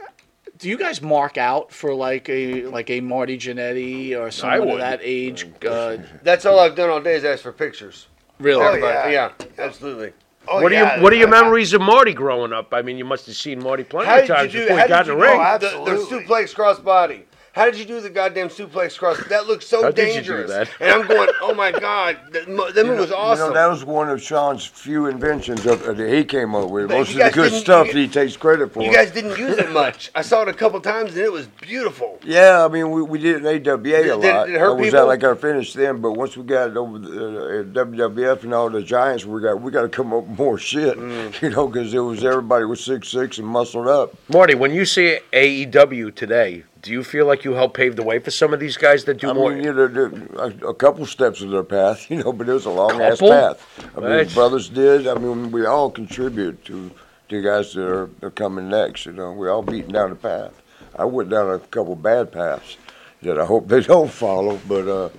Do you guys mark out for like a like a Marty Jannetty or someone of wouldn't. Oh, that age? Uh, That's all I've done all day is ask for pictures. really? Oh, Everybody- yeah. yeah. absolutely. Oh, What are yeah, you? What are your I- memories of Marty growing up? I mean, you must have seen Marty plenty How of did times you do? before How he got did in you the do ring. know the, Oh, the Absolutely. suplex crossbody? How did you do the goddamn suplex cross? That looks so How did you do dangerous. that? And I'm going, oh my god, that, mo- that move was You awesome. know, that was one of Sean's few inventions of, uh, that he came up with. But Most you of the guys good didn't- stuff you- he takes credit for. you guys didn't use it much. I saw it a couple times and it was beautiful. yeah, I mean, we, we did it at AWA a Did- did- lot. did it hurt that was people? that, like our finish then, but once we got over the, uh, at WWF and all the Giants, we got we got to come up with more shit, Mm. (laughs) you know, because it was everybody was six six and muscled up. Marty, when you see AEW E today, do do you feel like you helped pave the way for some of these guys that do I more? mean, you know, there- a, a couple steps of their path, (laughs) you know, but it was a long ass Couple? path. I mean, Right. brothers did. I mean, we all contribute to to guys that are, are coming next. You know, we all beating down the path. I went down a couple bad paths that I hope (laughs) they don't follow, but uh,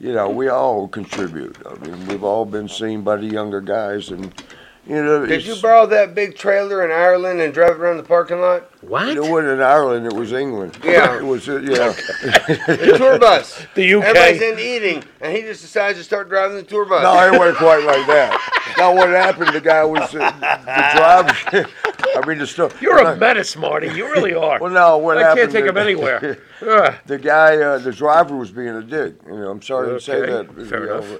you know, we all contribute. I mean, we've all been seen by the younger guys, and you know, Did it's- you borrow that big trailer in Ireland and drive it around the parking lot? It wasn't in Ireland. It was England. Yeah. (laughs) it was. uh, Yeah, (laughs) The tour bus. The UK. Everybody's in eating, and he just decides to start driving the tour bus. No, it wasn't quite like that. Now, what happened? The guy was uh, the driver. (laughs) I mean, the story. You're a menace, Marty. You really are. Well, no, what I happened? can't take the- him (laughs) (laughs) anywhere. Ugh. The guy, uh, the driver was being a dick. You know, I'm sorry to say Okay, that. fair you know, enough.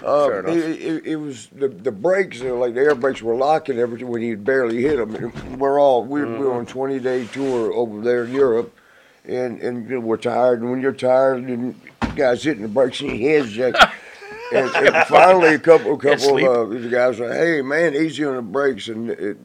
but, Uh, Fair enough. It, it, it was the the brakes, uh, like the air brakes, were locking every when he barely hit them. We're all we we Mm-hmm. were on 20 day tour over there in Europe, and and you know, we're tired. And when you're tired, and the guys hitting the brakes, and your (laughs) head's like. and, and finally, a couple, a Can't couple of uh, the guys were, "Hey, man, easy on the brakes." And it,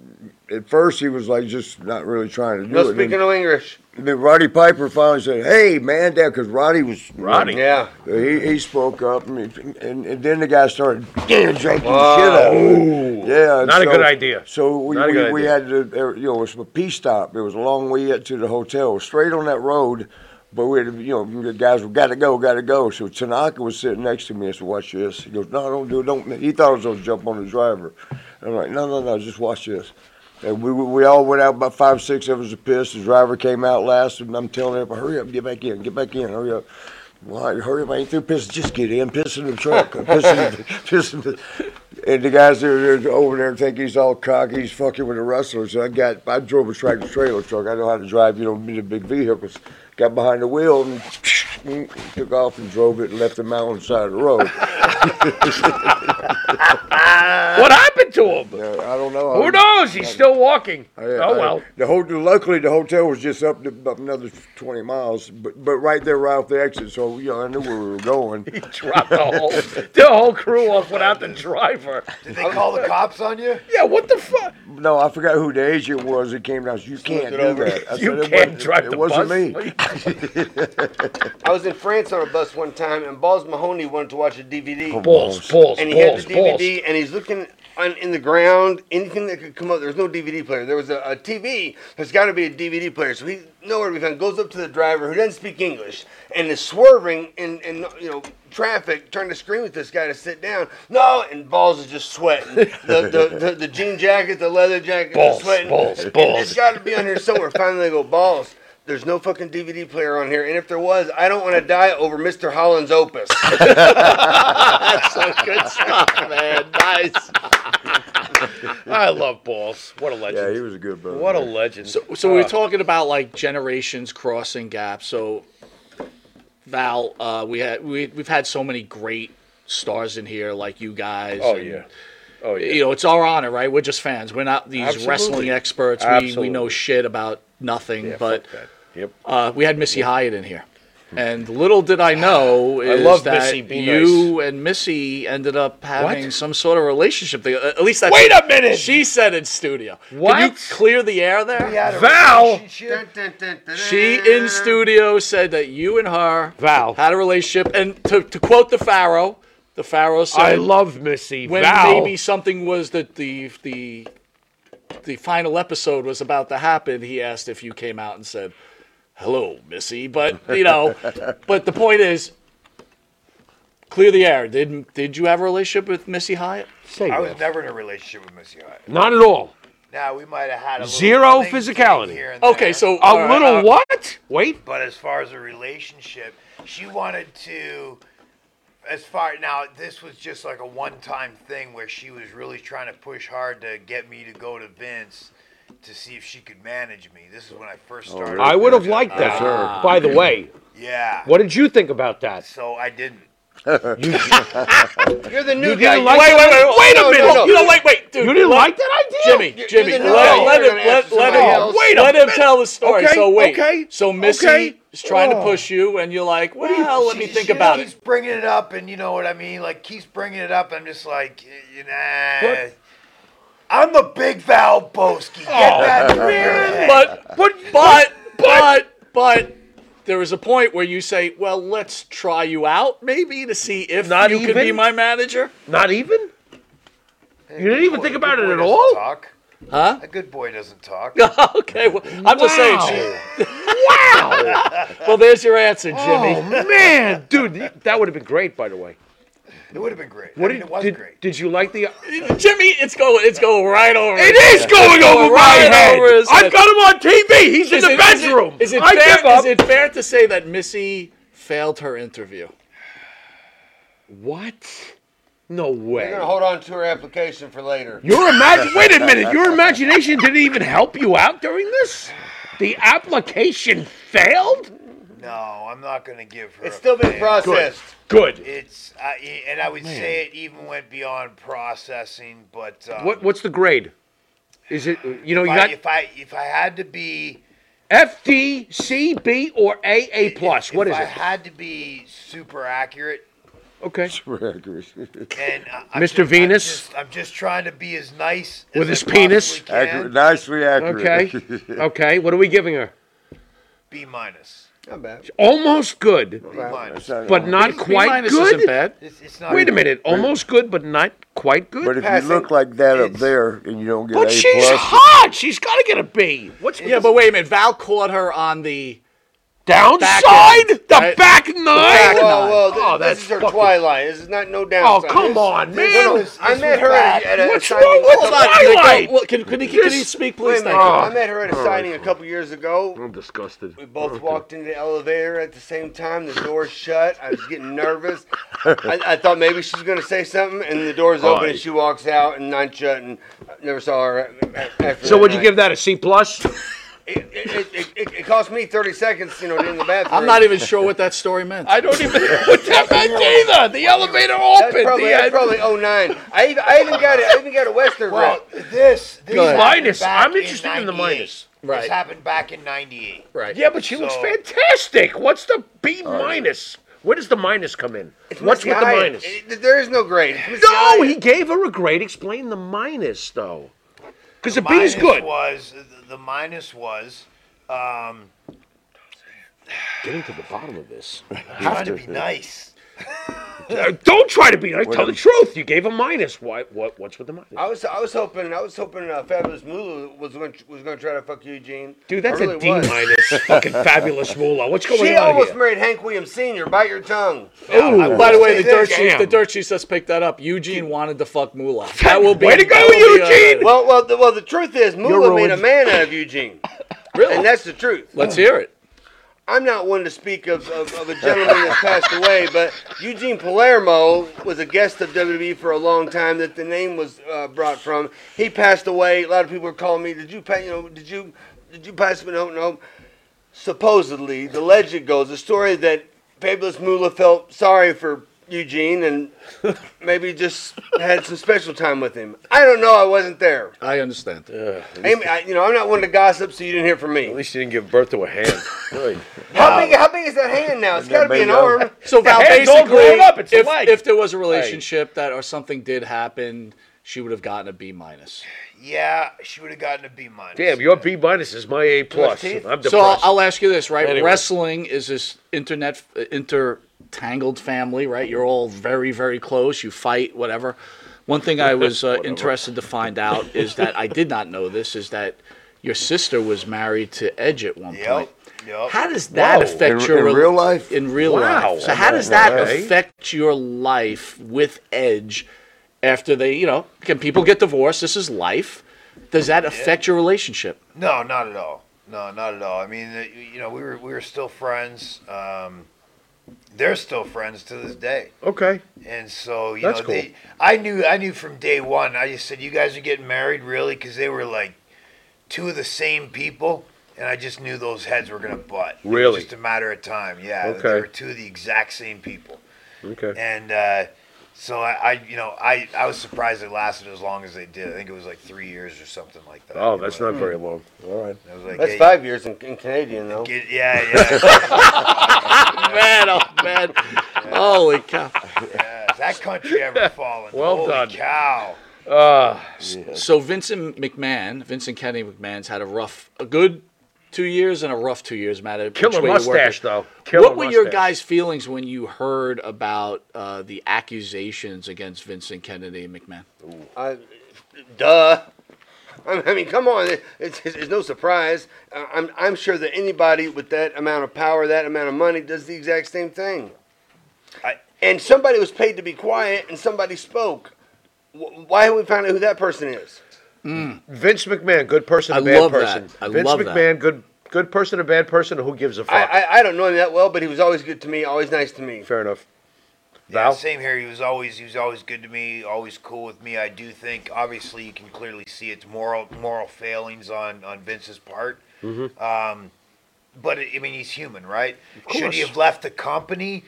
at first, he was like, just not really trying to do No it. And then- speaking no English. then Roddy Piper finally said, "Hey, man, Dad," because Roddy was Roddy. Yeah. He, he spoke up, and, and, and then the guy started (laughs) damn drinking Wow. shit out. of Ooh. it. Yeah, and Not a so- good idea. So we, Not a we, good we idea. had to, there- you know, it was a pee stop. It was a long way up to the hotel, straight on that road. But we, had, to- you know, the guys were got to go, got to go. So Tanaka was sitting next to me. I said, "Watch this." He goes, "No, don't do it. Don't." He thought I was gonna jump on the driver. I'm like, "No, no, no, just watch this." And we, we we all went out about five, six of us to piss. The driver came out last, and I'm telling everybody, hurry up, get back in, get back in, hurry up. Well, I- hurry up, I ain't through pissing. Just get in, piss in the truck, piss in the, (laughs) piss in the. And the guys that are there- over there think he's all cocky, he's fucking with the rustlers. And I got, I drove a tractor trailer truck. I know how to drive, you know, the big vehicles. Got behind the wheel and (sniffs) took off and drove it and left them out on the side of the road. What happened to him? Uh, I don't know. Who knows? He's still walking. I- oh I- well. the ho- luckily the hotel was just up to about another twenty miles, but but right there, right off the exit. So you know, I knew where we were going. He dropped the whole the whole crew off without the driver. Did they call the cops on you? Yeah, what the fuck? No, I forgot who the agent was that came down. You can't it do over. that. I (laughs) You said, "It can't wasn't- drive the It wasn't bus. me. I was in France on a bus one time, and Balls Mahoney wanted to watch a DVD. Balls, balls, and he balls, had the balls. DVD, and he's looking on, in the ground, anything that could come up. There's no DVD player. There was a, a TV. There's got to be a DVD player. So he nowhere to be found. Goes up to the driver who doesn't speak English and is swerving in, in you know traffic, trying to scream at this guy to sit down. No, and balls is just sweating. The the, the, the jean jacket, the leather jacket, Balls, is sweating. balls, And balls. It's got to be on here somewhere. Finally, they go balls. There's no fucking DVD player on here, and if there was, I don't want to die over Mr. Holland's opus. That's so good stuff, man. Nice. (laughs) I love balls. What a legend. Yeah, he was a good brother. what a legend. So, so Uh, we were talking about like generations crossing gaps. So, Val, uh, we had we we've had so many great stars in here, like you guys. oh and, yeah. Oh yeah. You know, it's our honor, right? We're just fans. We're not these Absolutely. wrestling experts. We, we Absolutely. know shit about nothing. Yeah, but fuck that. Yep. uh, we had Missy Hyatt in here. And little did I (sighs) know is love that Missy. Be you and Missy ended up having What? some sort of relationship. Thing. At least that's Wait a minute! She said in studio. Can you What? clear the air there? We had a Val! relationship. She in studio said that you and her Val. had a relationship, and to, to quote the Pharaoh, the Pharaoh said, I love Missy. when Val. maybe something was that the the the final episode was about to happen, he asked if you came out and said, "Hello, Missy." But you (laughs) know, but the point is, clear the air. Did did you have a relationship with Missy Hyatt? Say I that. was never in a relationship with Missy Hyatt. Not at all. Now we might have had a little Zero fling physicality. here and Okay, there, so uh, A little what? uh, Wait. But as far as a relationship, she wanted to. As far now, this was just like a one-time thing where she was really trying to push hard to get me to go to Vince to see if she could manage me. This is when I first started. Oh, I would have liked that. By the way, Yeah. what did you think about that? So I didn't. You're the new You guy. didn't like that? wait a minute. You don't like wait, dude. You didn't let- like that idea? Jimmy, you're Jimmy, the let, new guy. let You're him gonna let, answer let somebody else. him Wait a let him minute. tell the story. Okay, so wait, okay, so Missy okay. is trying to Oh. push you, and you're like, She- well, let she- me think she about keeps it. bringing it up, and you know what I mean. Like keeps bringing it up. I'm just like, you know, What? I'm the big Val Oh, Boski. Get that through your head. But but but but but there is a point where you say, "Well, let's try you out, maybe to see if Not you could be even? my manager." (laughs) Not even? You didn't even Boy, think a about good it boy at doesn't all? Talk. Huh? A good boy doesn't talk. okay. Well, I'm just saying. she- (laughs) well, there's your answer, Jimmy. Oh man, (laughs) dude, y- that would have been great. By the way, It would have been great. what I mean, did, it was did, great. did you like the? uh, Jimmy, it's going. It's going right over. Oh. It is going over my right head. over his head. I've got him on TV. He's in Is the it- is it- bedroom. Is it, I give fair, up. is it fair to say that Missy failed her interview? what? No You're gonna way. hold on to her application for later. (laughs) Your imag- Wait a minute. Your imagination didn't even help you out during this. The application failed. No, I'm not going to give her. It's a still being fair- processed. Good. It's I and Oh, I would say it even went beyond processing, but um, What? What's the grade? Is it? You know, if, you I, got if I if I had to be F, D, C, B, or A, A plus. if What is I it? had to be super accurate, Okay. (laughs) Accurate, and I- Mr. I'm just- I'm Venus? just- I'm just trying to be as nice With as his I possibly penis? can. nicely Okay. (laughs) accurate. Okay. What are we giving her? B minus, Not bad. Almost good, B minus. but not quite B-minus isn't good. bad. It's, it's not Wait a minute. Almost good, but not quite But good. if you look like that up there and you don't get But A she's plus, hot. She's got to get a B. What's Yeah, but wait a minute. Val caught her on the. downside? end, the right? back nine. Whoa, whoa! This, Oh, this that's is her fucking- twilight. This is not no Oh downside. come This- on, this man. was- I met her at, at a What's signing wrong a with couple- Hold on. Can, I go- Twilight. well, can, can, can you speak, Wait please? a Thank minute. you. I met her Oh, at a signing a couple years ago. I'm disgusted. We both walked into the elevator at the same time. The door shut. I was getting nervous. I, I thought maybe she was going to say something, and the door's open, and she walks out, and nine shut, and I never saw her a- a- after So that would you night. give that a C plus? It, it, it, it, it cost me 30 seconds, you know, in the bathroom. I'm not even sure what that story meant. I don't (laughs) even know what that (laughs) meant either. The elevator That's opened. probably, The that's end. probably 09. I even, I even got it. I even got a Western Well, rep. this, this happened minus. back I'm interested in the 98. minus. Right. This happened back in '98. right. Yeah, but she looks So- fantastic. What's the B minus? Where does the minus come in? What's with the Messiah. minus? It- there is no grade. It's No, Messiah. he gave her a grade. Explain the minus though, because the, B minus is good. Was the minus was um, Getting to the bottom of (laughs) this. trying to be nice? Uh, don't try to be. nice. Tell the truth. You gave a minus. Why? What? What's with the minus? I was I was hoping I was hoping uh, Fabulous Moolah was going was going to try to fuck Eugene. Dude, that's I really a D was. minus. Fucking fabulous moolah. What's going She on almost here? married Hank Williams Sr. Bite your tongue. Ooh. By the way, the dirt, Damn. sheets, the dirt sheets just picked that up. Eugene wanted to fuck Moolah. That will be. Way to go, that will be, uh, Eugene! Well, well, the, well. The truth is, Moolah made a ruined. man out of Eugene, and really? that's the truth. Let's hear it. I'm not one to speak of, of, of a gentleman that's passed away, but Eugene Palermo was a guest of WWE for a long time. That the name was uh, brought from. He passed away. A lot of people were calling me. Did you pass? You know, did you did you pass? No, no. Supposedly, the legend goes the story that Fabulous Moolah felt sorry for Eugene and maybe just had some special time with him. I don't know. I wasn't there. I understand. Amy, I, you know, I'm not one to gossip, so you didn't hear from me. least you didn't give birth to a hand. How big? How big is that hand now? It's got to be an Bingo. arm. So Val, hand's all basically, grown up, it's a if, leg. if there was a relationship that or something did happen, she would have gotten a B minus. Yeah, she would have gotten a B minus. Damn, your B minus is my A plus. I'm depressed. So I'll, I'll ask you this, right? Anyway. Wrestling is this internet inter tangled family, right? You're all very very close. You fight, whatever. One thing I (laughs) was uh, interested to find out is that I did not know this is that your sister was married to Edge at one point. Yep. Yep. How does that Whoa. affect In- your in rel- real life? In real Wow. life. So how does that Okay. affect your life with Edge after they, you know, can people get divorced? This is life. Does that affect your relationship? No, not at all. No, not at all. I mean, the- you know, we were we were still friends. Um, they're still friends to this day. okay. And so you That's know, they, I knew I knew from day one. I just said, "You guys are getting married, really?" Because they were like two of the same people, and I just knew those heads were gonna butt. It was Really? just a matter of time. Yeah, Okay. they were two of the exact same people, Okay. and uh, so I, I, you know, I I was surprised they lasted as long as they did. I think it was like three years or something like that. Oh, that's not very long. All right. I was like, That's "Hey, five years in, in Canadian though. get- yeah, yeah. man, oh man. Holy cow. yeah. that country ever fallen? (laughs) Well Holy done. Cow. Uh, So Vincent McMahon, Vincent Kennedy McMahon's had a rough, a good two years and a rough two years, Matt. which Killer way you work it. mustache, though. Killer what were your mustache. guys' feelings when you heard about uh, the accusations against Vincent Kennedy and McMahon? I, duh. I I mean, come on. It- It's, it's, it's no surprise. Uh, I'm, I'm sure that anybody with that amount of power, that amount of money, does the exact same thing. I, and somebody was paid to be quiet, and somebody spoke. Wh- Why haven't we found out who that person is? Vince McMahon, good person, I bad love person. that. I Vince love that. McMahon, good good person, a bad person. Who gives a fuck? I, I, I don't know him that well, but he was always good to me, always nice to me. Fair enough. Yeah, Val? same here. He was always he was always good to me, always cool with me. I do think, obviously, you can clearly see its moral moral failings on on Vince's part. Um, but I mean, he's human, right? Should he have left the company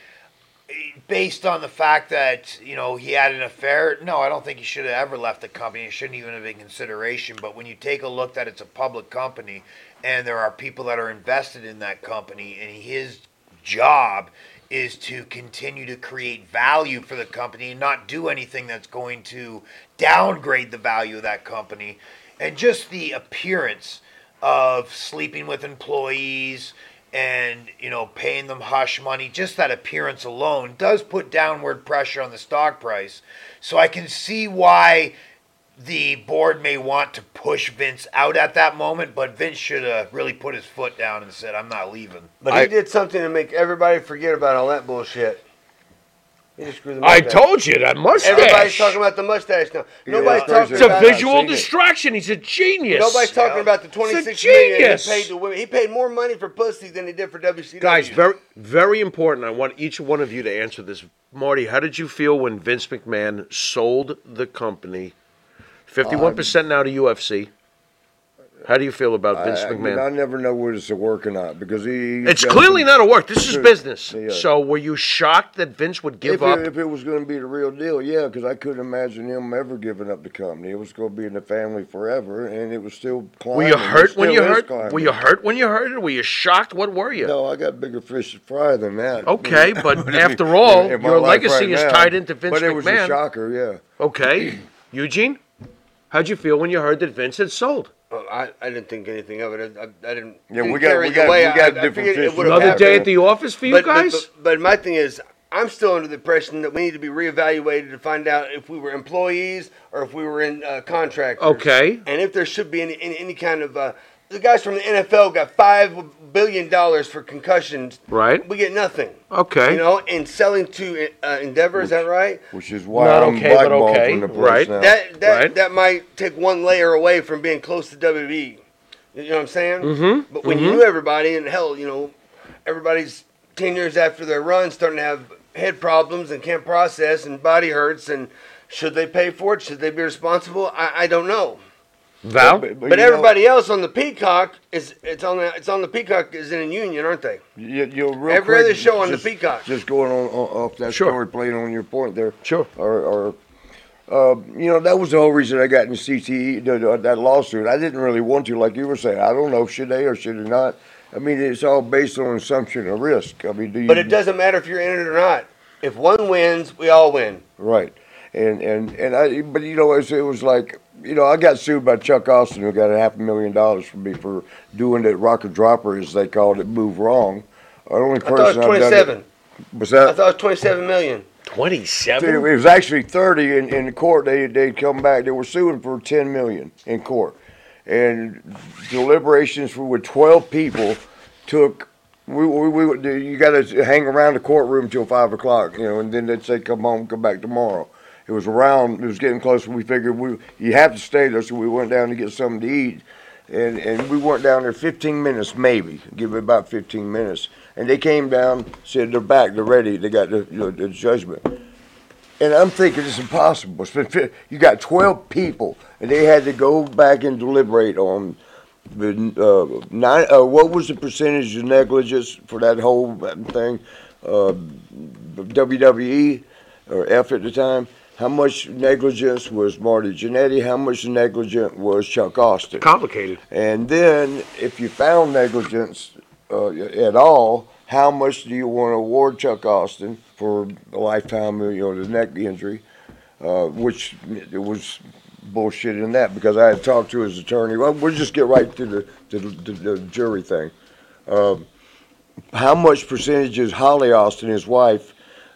eh, based on the fact that you know he had an affair? No, I don't think he should have ever left the company. It shouldn't even have been consideration. But when you take a look that it's a public company and there are people that are invested in that company, and his job is to continue to create value for the company and not do anything that's going to downgrade the value of that company. And just the appearance of sleeping with employees and you know paying them hush money just that appearance alone does put downward pressure on the stock price so i can see why the board may want to push vince out at that moment but vince should have really put his foot down and said i'm not leaving But he did something to make everybody forget about all that bullshit. He just screwed them I up. told you that mustache. Everybody's talking about the mustache now. Nobody's that's talking crazy. It's a about visual I've seen it. distraction. He's a genius. Nobody's talking about the a 26 million genius. he paid to women. He paid more money for pussy than he did for WCW. Guys, very very important. I want each one of you to answer this. Marty, how did you feel when Vince McMahon sold the company, Um, fifty-one percent now to UFC? How do you feel about Vince I, I, mean, I McMahon? never know whether it's a work or not because he. it's clearly not a work. This is Sure. business. Yeah. So, were you shocked that Vince would give If up? it, if it was going to be the real deal, yeah, because I couldn't imagine him ever giving up the company. It was going to be in the family forever, and it was still climbing. were you It hurt when still you is heard? climbing. Were you hurt when you heard it? Were you shocked? What were you? No, I got bigger fish to fry than that. (laughs) Okay, but I mean, after all, in my your life legacy right is now. tied into Vince But it was McMahon. a shocker, yeah. Okay, (clears throat) Eugene, how'd you feel when you heard that Vince had sold? Oh, I, I didn't think anything of it. I, I, I didn't. Yeah, we didn't got- carry we the got- way we I- got I different figured it fish would've to Another happened. fry. day at the office for you But, but, guys. but, but my thing is, I'm still under the impression that we need to be reevaluated to find out if we were employees or if we were in uh, contractors. Okay. And if there should be any, any, any kind of. Uh, the guys from the NFL got five billion dollars for concussions. Right. We get nothing. Okay. You know, and selling to uh, Endeavor is that right? Which is why Not I'm okay, but blackballed okay, from the place right. now. that that, Right. that might take one layer away from being close to WWE. You know what I'm saying? Mm-hmm. But when you knew everybody, and hell, you know, everybody's ten years after their run, starting to have head problems and can't process and body hurts. And should they pay for it? Should they be responsible? I, I don't know. Val, But, you know, everybody else on the Peacock is it's on the it's on the Peacock is in a union, aren't they? You, you'll real Every quick, other show on the just- Peacock. Just going on, on off that Sure. story, playing on your point there. Sure. Or, or uh, you know, that was the whole reason I got in CTE the- the- that lawsuit. I didn't really want to, like you were saying. I don't know should they or should they not. I mean, it's all based on assumption of risk. I mean, do you? But it doesn't matter if you're in it or not. If one wins, we all win. Right. And and and I, but you know, it was, it was like you know, I got sued by Chuck Austin, who got a half a million dollars from me for doing that rocker dropper, as they called it, move wrong. The only I thought it person was I've done it- 27. was that I thought it was 27 million. Dude, twenty-seven. it was actually 30 in, in court. They they come back. They were suing for 10 million in court, and deliberations with 12 people took. We, we, we would- you got to hang around the courtroom till five o'clock, you know, and then they'd say come home, come back tomorrow. It was around. It was getting close. We figured we you have to stay there, so we went down to get something to eat, and and we went down there 15 minutes maybe, give it about 15 minutes, and they came down, said they're back, they're ready, they got the, you know, the judgment. And I'm thinking it's impossible. It's been fi- You got 12 people, and they had to go back and deliberate on the uh, nine. Uh, what was the percentage of negligence for that whole thing? Uh, WWE or F at the time. How much negligence was Marty Jannetty? How much negligent was Chuck Austin? Complicated. And then, if you found negligence uh, at all, how much do you want to award Chuck Austin for a lifetime, you know, the neck injury, uh, which it was bullshit in that because I had talked to his attorney. Well, we'll just get right to the, to the, to the jury thing. Um, how much percentage is Holly Austin, his wife,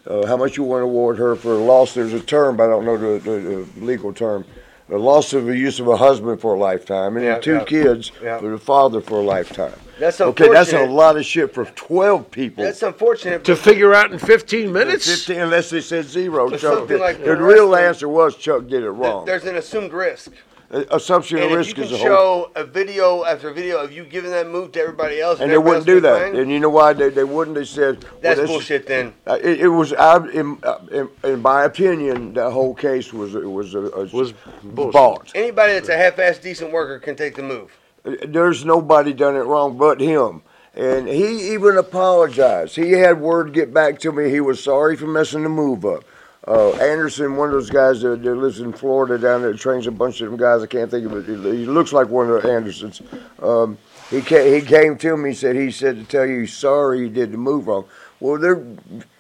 uh, how much you want to award her for a loss? There's a term, but I don't know the, the, the legal term. The loss of the use of a husband for a lifetime, and Yeah, then two yeah. kids Yeah. for the father for a lifetime. That's okay. That's a unfortunate. lot of shit for twelve people. That's unfortunate. to but- figure out in 15 minutes. 15, unless they said zero. Chuck something did. like the the real wrestling- answer was Chuck did it Th- wrong. There's an assumed risk. Uh, Assumption of And if risk you can is a whole. show a video after video of you giving that move to everybody else, And they everybody wouldn't do else that. being fine, And you know why they, they wouldn't? They said well, that's this is- bullshit. Then Uh, it, it was, I, in, uh, in, in my opinion, that whole case was was a, a was bought. anybody that's a half-ass decent worker can take the move. There's nobody done it wrong but him, and he even apologized. He had word get back to me. He was sorry for messing the move up. Uh, Anderson, one of those guys that, that lives in Florida down there, trains a bunch of them guys. I can't think of it. He he looks like one of the Andersons. Um, he came, he came to me. He said he said to tell you he's sorry you did the move wrong. Well, they're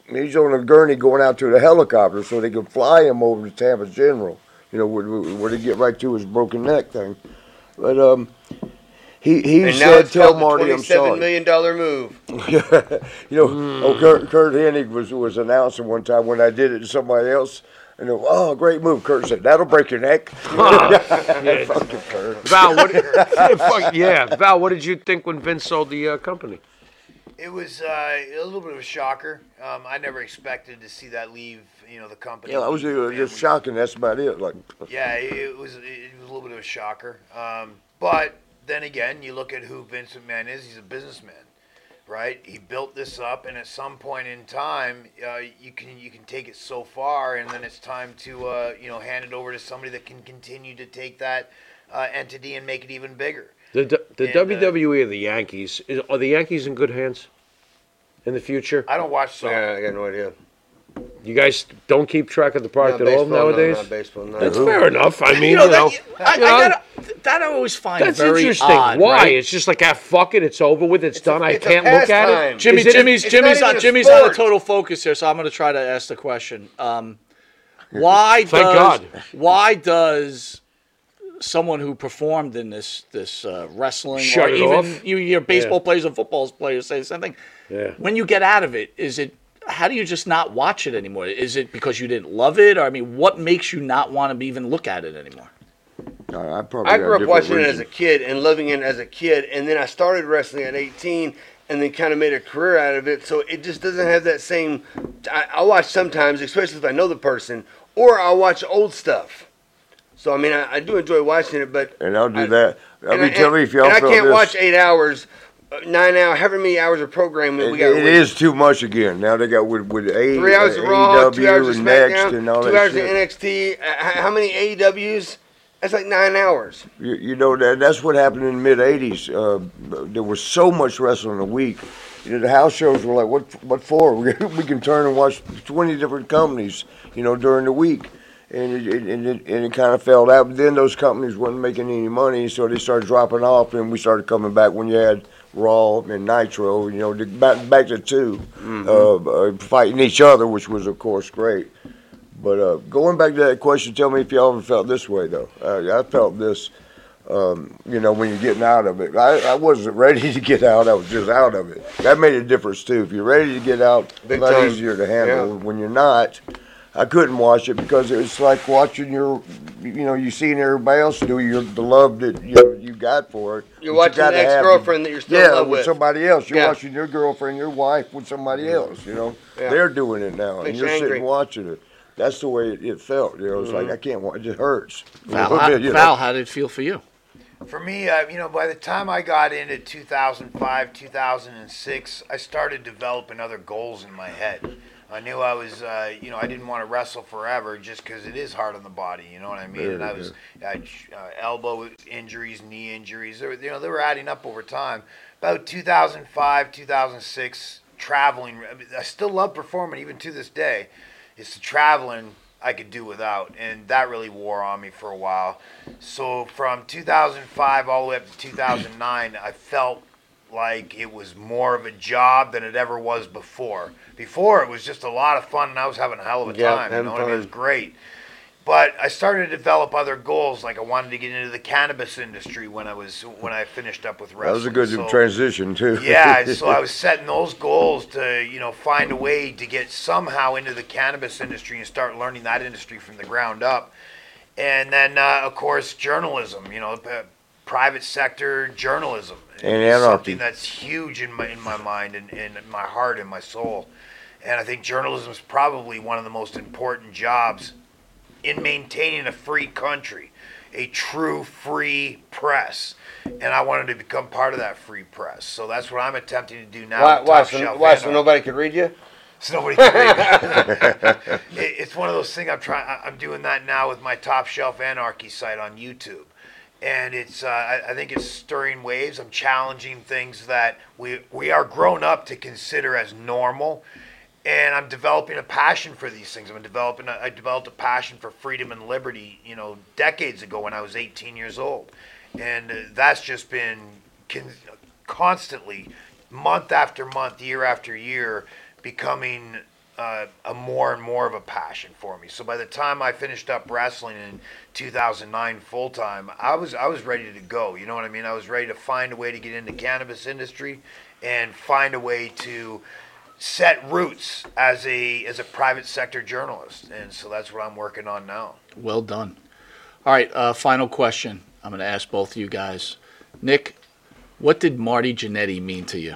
he's on a gurney going out to the helicopter so they can fly him over to Tampa General. You know where, where they get right to his broken neck thing. But um, he he And now said it's tell called the Marty I'm sorry. twenty-seven million dollar move. you know, oh, Hmm. Kurt, Kurt Hennig was was announcing one time when I did it to somebody else. And they, oh, great move! Kurt said that'll break your neck. (laughs) Fucking Kurt. Val, what, (laughs) fuck, yeah, Val, what did you think when Vince sold the uh, company? It was uh, a little bit of a shocker. Um, I never expected to see that leave. You know, the company. Yeah, I was leave the uh, just family. shocking. That's about it. Like, Yeah, it it was it was a little bit of a shocker. Um, but then again, you look at who Vince McMahon is. He's a businessman, right? He built this up, and at some point in time, uh, you can you can take it so far, and then it's time to uh, you know hand it over to somebody that can continue to take that uh, entity and make it even bigger. The, the And, uh, WWE or the Yankees is, are the Yankees in good hands in the future? I don't watch so. Yeah, I got no idea. You guys don't keep track of the product Not at all baseball, no, nowadays. not baseball, no. That's fair enough. I mean, you know, that, I, you know, I gotta, th- that I always find that's very interesting. odd, Why? right? It's just like ah, fuck it. It's over with. It's, done. I it's a can't look at pastime. it. Jimmy, Is it- Jimmy's, it's Jimmy's, not on, even a Jimmy's out of sport. total focus here, so I'm going to try to ask the question. Um, why does Thank God. why does someone who performed in this this uh, wrestling Shut or it even off? you your baseball Yeah. players and football players say the same thing? Yeah. When you get out of it, is it how do you just not watch it anymore? Is it because you didn't love it, or I mean, what makes you not want to even look at it anymore? I, I probably I got grew up different watching it as reasons. a kid and loving it as a kid, and then I started wrestling at 18, and then kind of made a career out of it. So it just doesn't have that same. I, I watch sometimes, especially if I know the person, or I watch old stuff. So I mean, I, I do enjoy watching it, but And I'll do I- that. I mean, and tell me if y'all and I feel can't this. watch eight hours, uh, nine hour, however many hours of programming we It, got. it is too much again. Now they got with with A, Three hours uh, of Raw, two AEW hours of and Next SmackDown, and all two that hours shit. of NXT. Uh, h- how many AEWs? That's like nine hours. You, you know that that's what happened in the mid '80s. Uh, there was so much wrestling a week. You know, the house shows were like, what? What for? (laughs) We, we can turn and watch 20 different companies. You know, during the week, and it, it, and it, and it kind of fell out. But then those companies wasn't making any money, so they started dropping off, and we started coming back when you had Raw and Nitro. You know, the, back back to 2 Mm-hmm. uh, uh, fighting each other, which was of course great. But uh, going back to that question, tell me if y'all ever felt this way though. Uh, I felt this, um, you know, when you're getting out of it. I, I wasn't ready to get out. I was just out of it. That made a difference too. If you're ready to get out, it's a Big lot time. easier to handle. Yeah. When you're not, I couldn't watch it because it was like watching your, you know, you seeing everybody else do your the love that you know, you got for it. You're but you watching an gotta have- ex-girlfriend that you're still in Yeah, love with with. somebody else. You're Yeah. watching your girlfriend, your wife with somebody else. You know, Yeah. they're doing it now, and Makes you're you sitting angry. Mm-hmm. watching it. That's the way it, it felt. You know, it's like I can't watch. It hurts. a Val, little how, bit, (laughs) you know. Val, how did it feel for you? For me, uh, you know, by the time I got into 2005, 2006, I started developing other goals in my head. I knew I was, uh, you know, I didn't want to wrestle forever just because it is hard on the body. You know what I mean? And I was I, uh, elbow injuries, knee injuries. They were, you know, they were adding up over time. About 2005, 2006, traveling. I, mean, I still love performing even to this day. It's the traveling I could do without, and that really wore on me for a while. So from 2005 all the way up to 2009, I felt like it was more of a job than it ever was before. Before it was just a lot of fun, and I was having a hell of a Yeah, time. You having know what I mean? It was fun. great. But I started to develop other goals, like I wanted to get into the cannabis industry when I was when I finished up with That wrestling. was a good So- transition too. yeah, (laughs) so I was setting those goals to, you know, find a way to get somehow into the cannabis industry and start learning that industry from the ground up. And then, uh, of course, journalism, you know, p- private sector journalism. And It's anarchy. Something that's huge in my, in my mind and, and in my heart and my soul. And I think journalism is probably one of the most important jobs in maintaining a free country, a true free press. And I wanted to become part of that free press. So that's what I'm attempting to do now. Why? with Why? Top So, Shelf why? So Anarchy. nobody could read you? So nobody (laughs) can read me. It- it's one of those things I'm trying. I- I'm doing that now with my Top Shelf Anarchy site on YouTube, and it's. Uh, I, I think it's stirring waves. I'm challenging things that we we are grown up to consider as normal, and I'm developing a passion for these things. I'm developing. A, I developed a passion for freedom and liberty. You know, decades ago when I was 18 years old, and uh, that's just been con- constantly, month after month, year after year, becoming uh, a more and more of a passion for me. So by the time I finished up wrestling in 2009 full time, I was I was ready to go. You know what I mean? I was ready to find a way to get into cannabis industry and find a way to set roots as a as a private sector journalist. And so that's what I'm working on now. Well done. All right, uh, final question. I'm going to ask both of you guys. Nick, what did Marty Jannetty mean to you?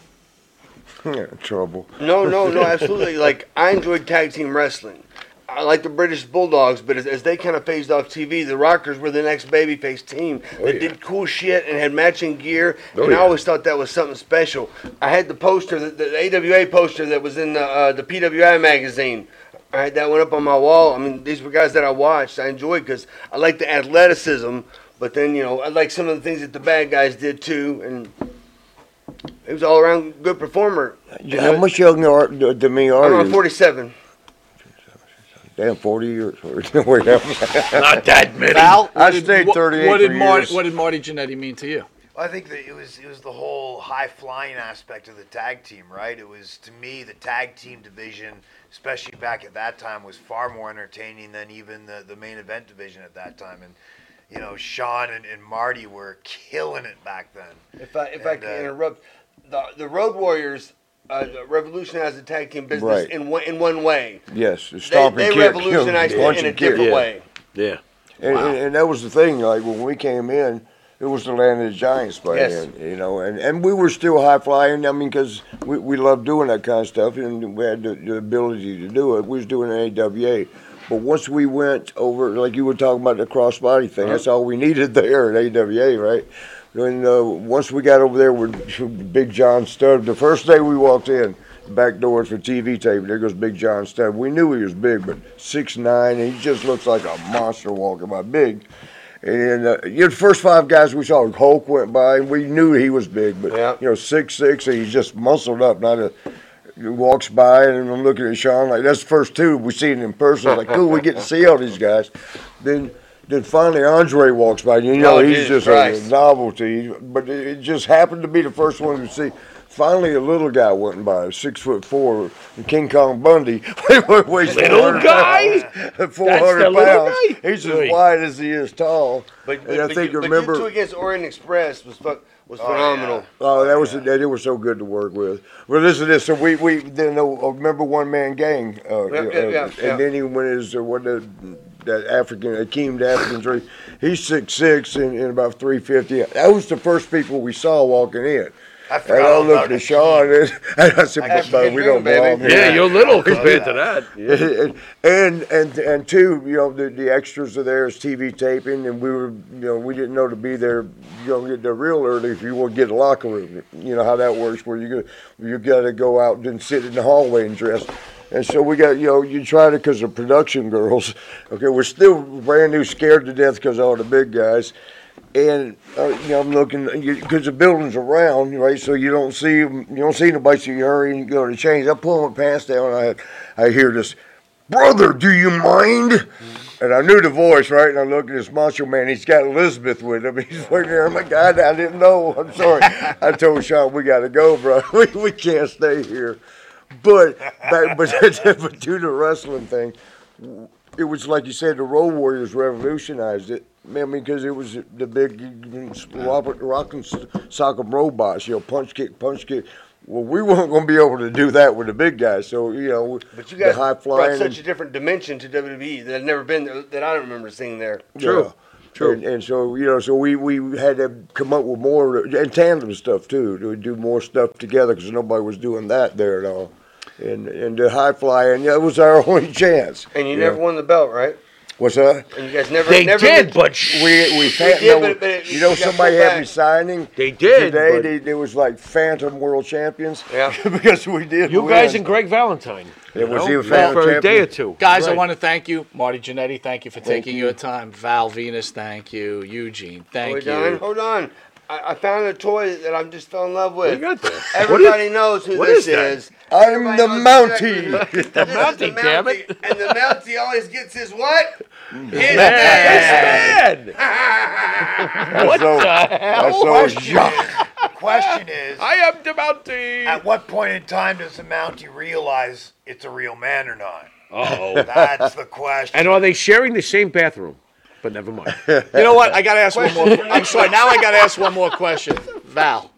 Yeah, trouble. No, no, no, absolutely. Like I enjoyed tag team wrestling. I like the British Bulldogs, but as, as they kind of phased off TV, the Rockers were the next babyface team that did cool shit and had matching gear. and I always thought that was something special. I had the poster, the, the AWA poster that was in the uh, the PWI magazine. I had that one up on my wall. I mean, these were guys that I watched. I enjoyed because I liked the athleticism, but then you know I liked some of the things that the bad guys did too, and he was all around good performer. How much younger are, th- than me are I'm you? on 47. Damn, forty years. (laughs) Wait, I'm- Not that many. Val, I what did- stayed what- 38 What did, for Marty, years. what did Marty Jannetty mean to you? Well, I think that it was it was the whole high flying aspect of the tag team, right? It was to me the tag team division, especially back at that time, was far more entertaining than even the, the main event division at that time. And you know, Sean and, and Marty were killing it back then. If I if I And, can uh, interrupt, the the Road Warriors uh, revolutionized the tag team business Right. in one in one way. yes, the They, stomp they and kick. (laughs) revolutionized punch it in a and kick. different way. Yeah. And, and, and that was the thing. Like when we came in, it was the land of the giants by Yes. then, you know. And, and we were still high flying. I mean, because we, we loved doing that kind of stuff, and we had the, the ability to do it. We was doing AWA. But once we went over, like you were talking about the crossbody thing, Uh-huh. that's all we needed there at AWA, right? And uh, once we got over there with Big John Stubb, the first day we walked in, back doors for TV tape, there goes Big John Stubb. We knew he was big, but six nine, and he just looks like a monster walking by, big. And uh, you know, the first five guys we saw, Hulk went by, and we knew he was big, but Yeah. you know, six six, and he's just muscled up. Not a he walks by, and I'm looking at Sean like that's the first two we seen in person. Like, cool, we get to see all these guys. Then, then finally Andre walks by. You know, Oh, he's Jesus just Christ. a novelty, but it, it just happened to be the first one we see. Finally, a little guy went by, six foot four, King Kong Bundy. (laughs) little guy? four the hundred little pounds. guy? He's as Right. wide as he is tall. But, but, and I but think you, but you remember two against Orient Express was fuck, was yeah. phenomenal. Oh, that was they, they were so good to work with. Well, listen to this. So we we then uh, remember one man gang, uh, Yeah, yeah, uh, yeah, and yeah. then he went his uh, what the, that African Akeem the African three. He's six six and, and about three fifty. That was the first people we saw walking in. I And forgot I all looked about at it. Sean and, (laughs) and I said, African "Bubba, "We dream, don't baby." belong here." Yeah, you're little compared to that. (laughs) and and and two, you know, the, the extras are there is TV taping, and we were, you know, we didn't know to be there. You don't get there real early if you want to get a locker room. You know how that works, where you go, you got to go out and sit in the hallway and dress. And so we got, you know, you try to because the production girls, (laughs) okay, we're still brand new, scared to death because all the big guys. And uh, you know, I'm looking because the building's around, right? So you don't see 'em- you don't see nobody. So you hurry and go to change. I pull my pants down. And I I hear this, brother. Do you mind? And I knew the voice, right? And I look at this macho man. He's got Elizabeth with him. (laughs) He's waiting there. I'm like, God, I didn't know. I'm sorry. I told Sean we got to go, bro. (laughs) We, we can't (laughs) stay here. But but but, but to the wrestling thing it was like you said, the Road Warriors revolutionized it. I mean, because it was the big Robert Rock and Sock'em robots, you know, punch kick, punch kick. Well, we weren't going to be able to do that with the big guys, so you know, But you guys the high brought flying. such a different dimension to WWE that had never been there, that I don't remember seeing there. True. True. And, and so you know, so we we had to come up with more and tandem stuff too to do more stuff together because nobody was doing that there at all. And and the high flying, yeah, it was our (laughs) only chance. And you Yeah. never won the belt, right? What's that? And you guys never They never did, but We we did, found, no, but- but it- you know it got somebody put had back. me signing. They did, today. but- They, they was like phantom world champions. Yeah. (laughs) because we did. You win. guys and Greg Valentine. It was know, even for phantom a day or champions. two. Guys, I Right. want to thank you. Marty Jannetty, thank you for taking your time. Val Venus, thank you. Eugene, thank Hold you. on, hold on. I, I found a toy that I'm just fell in love with. got there? Everybody knows who what is this that? is. I'm the Everybody knows (laughs) Mountie. exactly- this is the Mountie, damn it. Mountie, And the Mountie always gets his what? His Man, What the hell? That's so shocked. Question is, I am the Mountie. at what point in time does the Mountie realize it's a real man or not? Uh-oh. That's the (laughs) question. and are they sharing the same bathroom? But never mind. You know what? I got to ask one more. I'm sorry. Now I got to ask one more question. Val,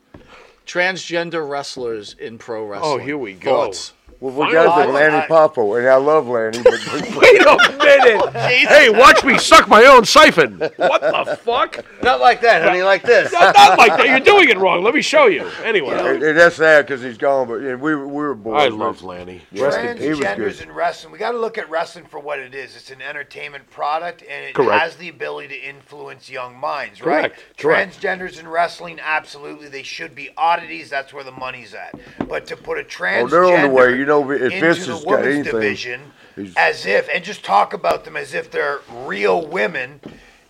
transgender wrestlers in pro wrestling. Oh, here we go. Thoughts? Well, we got the Lanny Popo, and I love Lanny, but Wait a minute. hey, watch me suck my own siphon. Oh, What the fuck? Not like that, honey, like this. Not, not like that. You're doing it wrong. Let me show you. Anyway. And- and that's sad because he's gone. But yeah, we were- we were boys. I but- love Lanny. He was good. Transgenders in wrestling, we got to look at wrestling for what it is. It's an entertainment product, and it Correct. has the ability to influence young minds, Correct, right? correct. Transgenders in wrestling, absolutely, they should be oddities. That's where the money's at. But to put a transgender Oh, they're on the way. You know, if into Vince the has got women's anything, division, he's- as if, and just talk about them as if they're real women.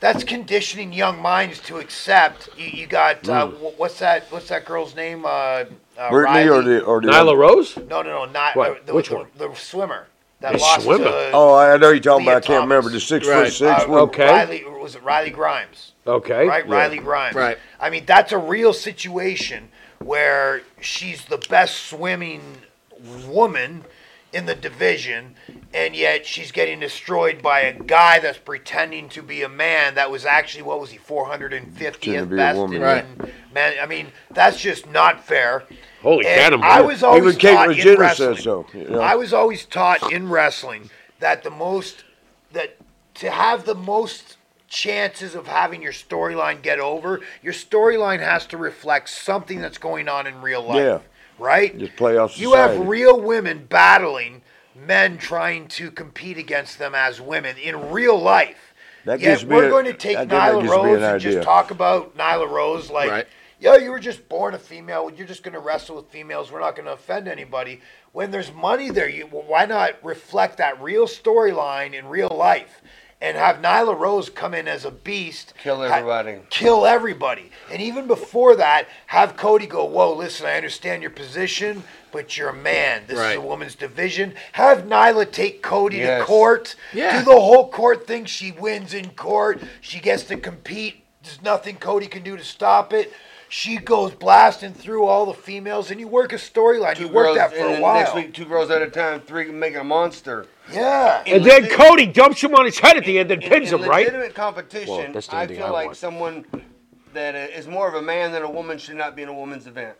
That's conditioning young minds to accept. You, you got uh, wh- what's that? What's that girl's name? Uh, uh, Mm. Brittany or Riley? the or the Nyla Rose? No, no, no, not What? The, Which the, one? The, swimmer that The lost swimmer? to uh, Oh, I I know you're talking about. I Leah can't remember the Thomas. six Right. foot six. uh, one. okay. Riley was it Riley Grimes? Okay. Right, Riley Grimes. Right. I mean, that's a real situation where she's the best swimming woman in the division, and yet she's getting destroyed by a guy that's pretending to be a man. That was actually what was he, 450th Pretending to be a best woman, in yeah. man. I mean, that's just not fair. Holy And cannibal. I was always Even Kate taught in Regina wrestling- says so. you know. I was always taught in wrestling that the most that to have the most chances of having your storyline get over, your storyline has to reflect something that's going on in real life. Yeah. Right? Just play off You have society. real women battling men trying to compete against them as women in real life. That Yet gives me we're a- going to take I think that Nyla gives me an Rose and idea. just talk about Nyla Rose like Right. yo, you were just born a female. You're just going to wrestle with females. We're not going to offend anybody. When there's money there, you well, why not reflect that real storyline in real life and have Nyla Rose come in as a beast, Kill ha- everybody. kill everybody, and even before that, have Cody go, "Whoa, listen, I understand your position." But you're a man. This is Right. a woman's division. Have Nyla take Cody Yes. to court. Yeah. Do the whole court thing. She wins in court. She gets to compete. There's nothing Cody can do to stop it. She goes blasting through all the females, and you work a storyline. You work that for and a then while. Next week, two girls at a time, three can make a monster. yeah. And then Cody dumps him on his head at the end and pins in him, right? Legitimate competition. Well, that's the I ending feel I like want. someone that is more of a man than a woman should not be in a woman's event.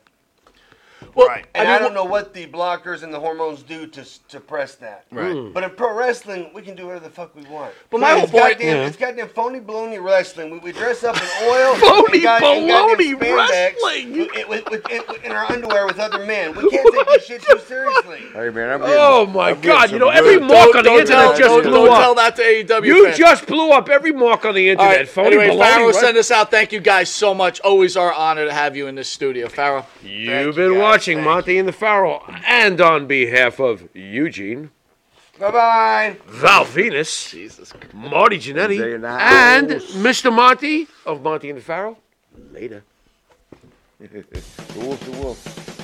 Well, Right. And I, mean, don't know what the blockers and the hormones do to s- suppress that. Right. But in pro wrestling, we can do whatever the fuck we want. Hmm. But my It's whole point- goddamn, Yeah. it's goddamn phony baloney wrestling. We, we dress up in (laughs) oil, Phony and goddamn- baloney goddamn spandex wrestling. with, with, with, in our underwear with other men. We can't take this shit too seriously. Hey man, I'm getting, Oh my I'm getting God! You some know good- every mark on the don't tell, internet just don't, blew don't tell that up. to AEW. You fans. just blew up every mark on the All internet. right. Phony anyway, baloney, Pharaoh, right? send us out. Thank you guys so much. Always our honor to have you in this studio, Pharaoh. You've been watching Monty and the Pharaoh, and on behalf of Eugene, Bye bye. Val Venus, Jesus Christ. Marty Jannetty, They and I. and Mr. (laughs) Monty of Monty and the Pharaoh. Later. Wolf to wolf.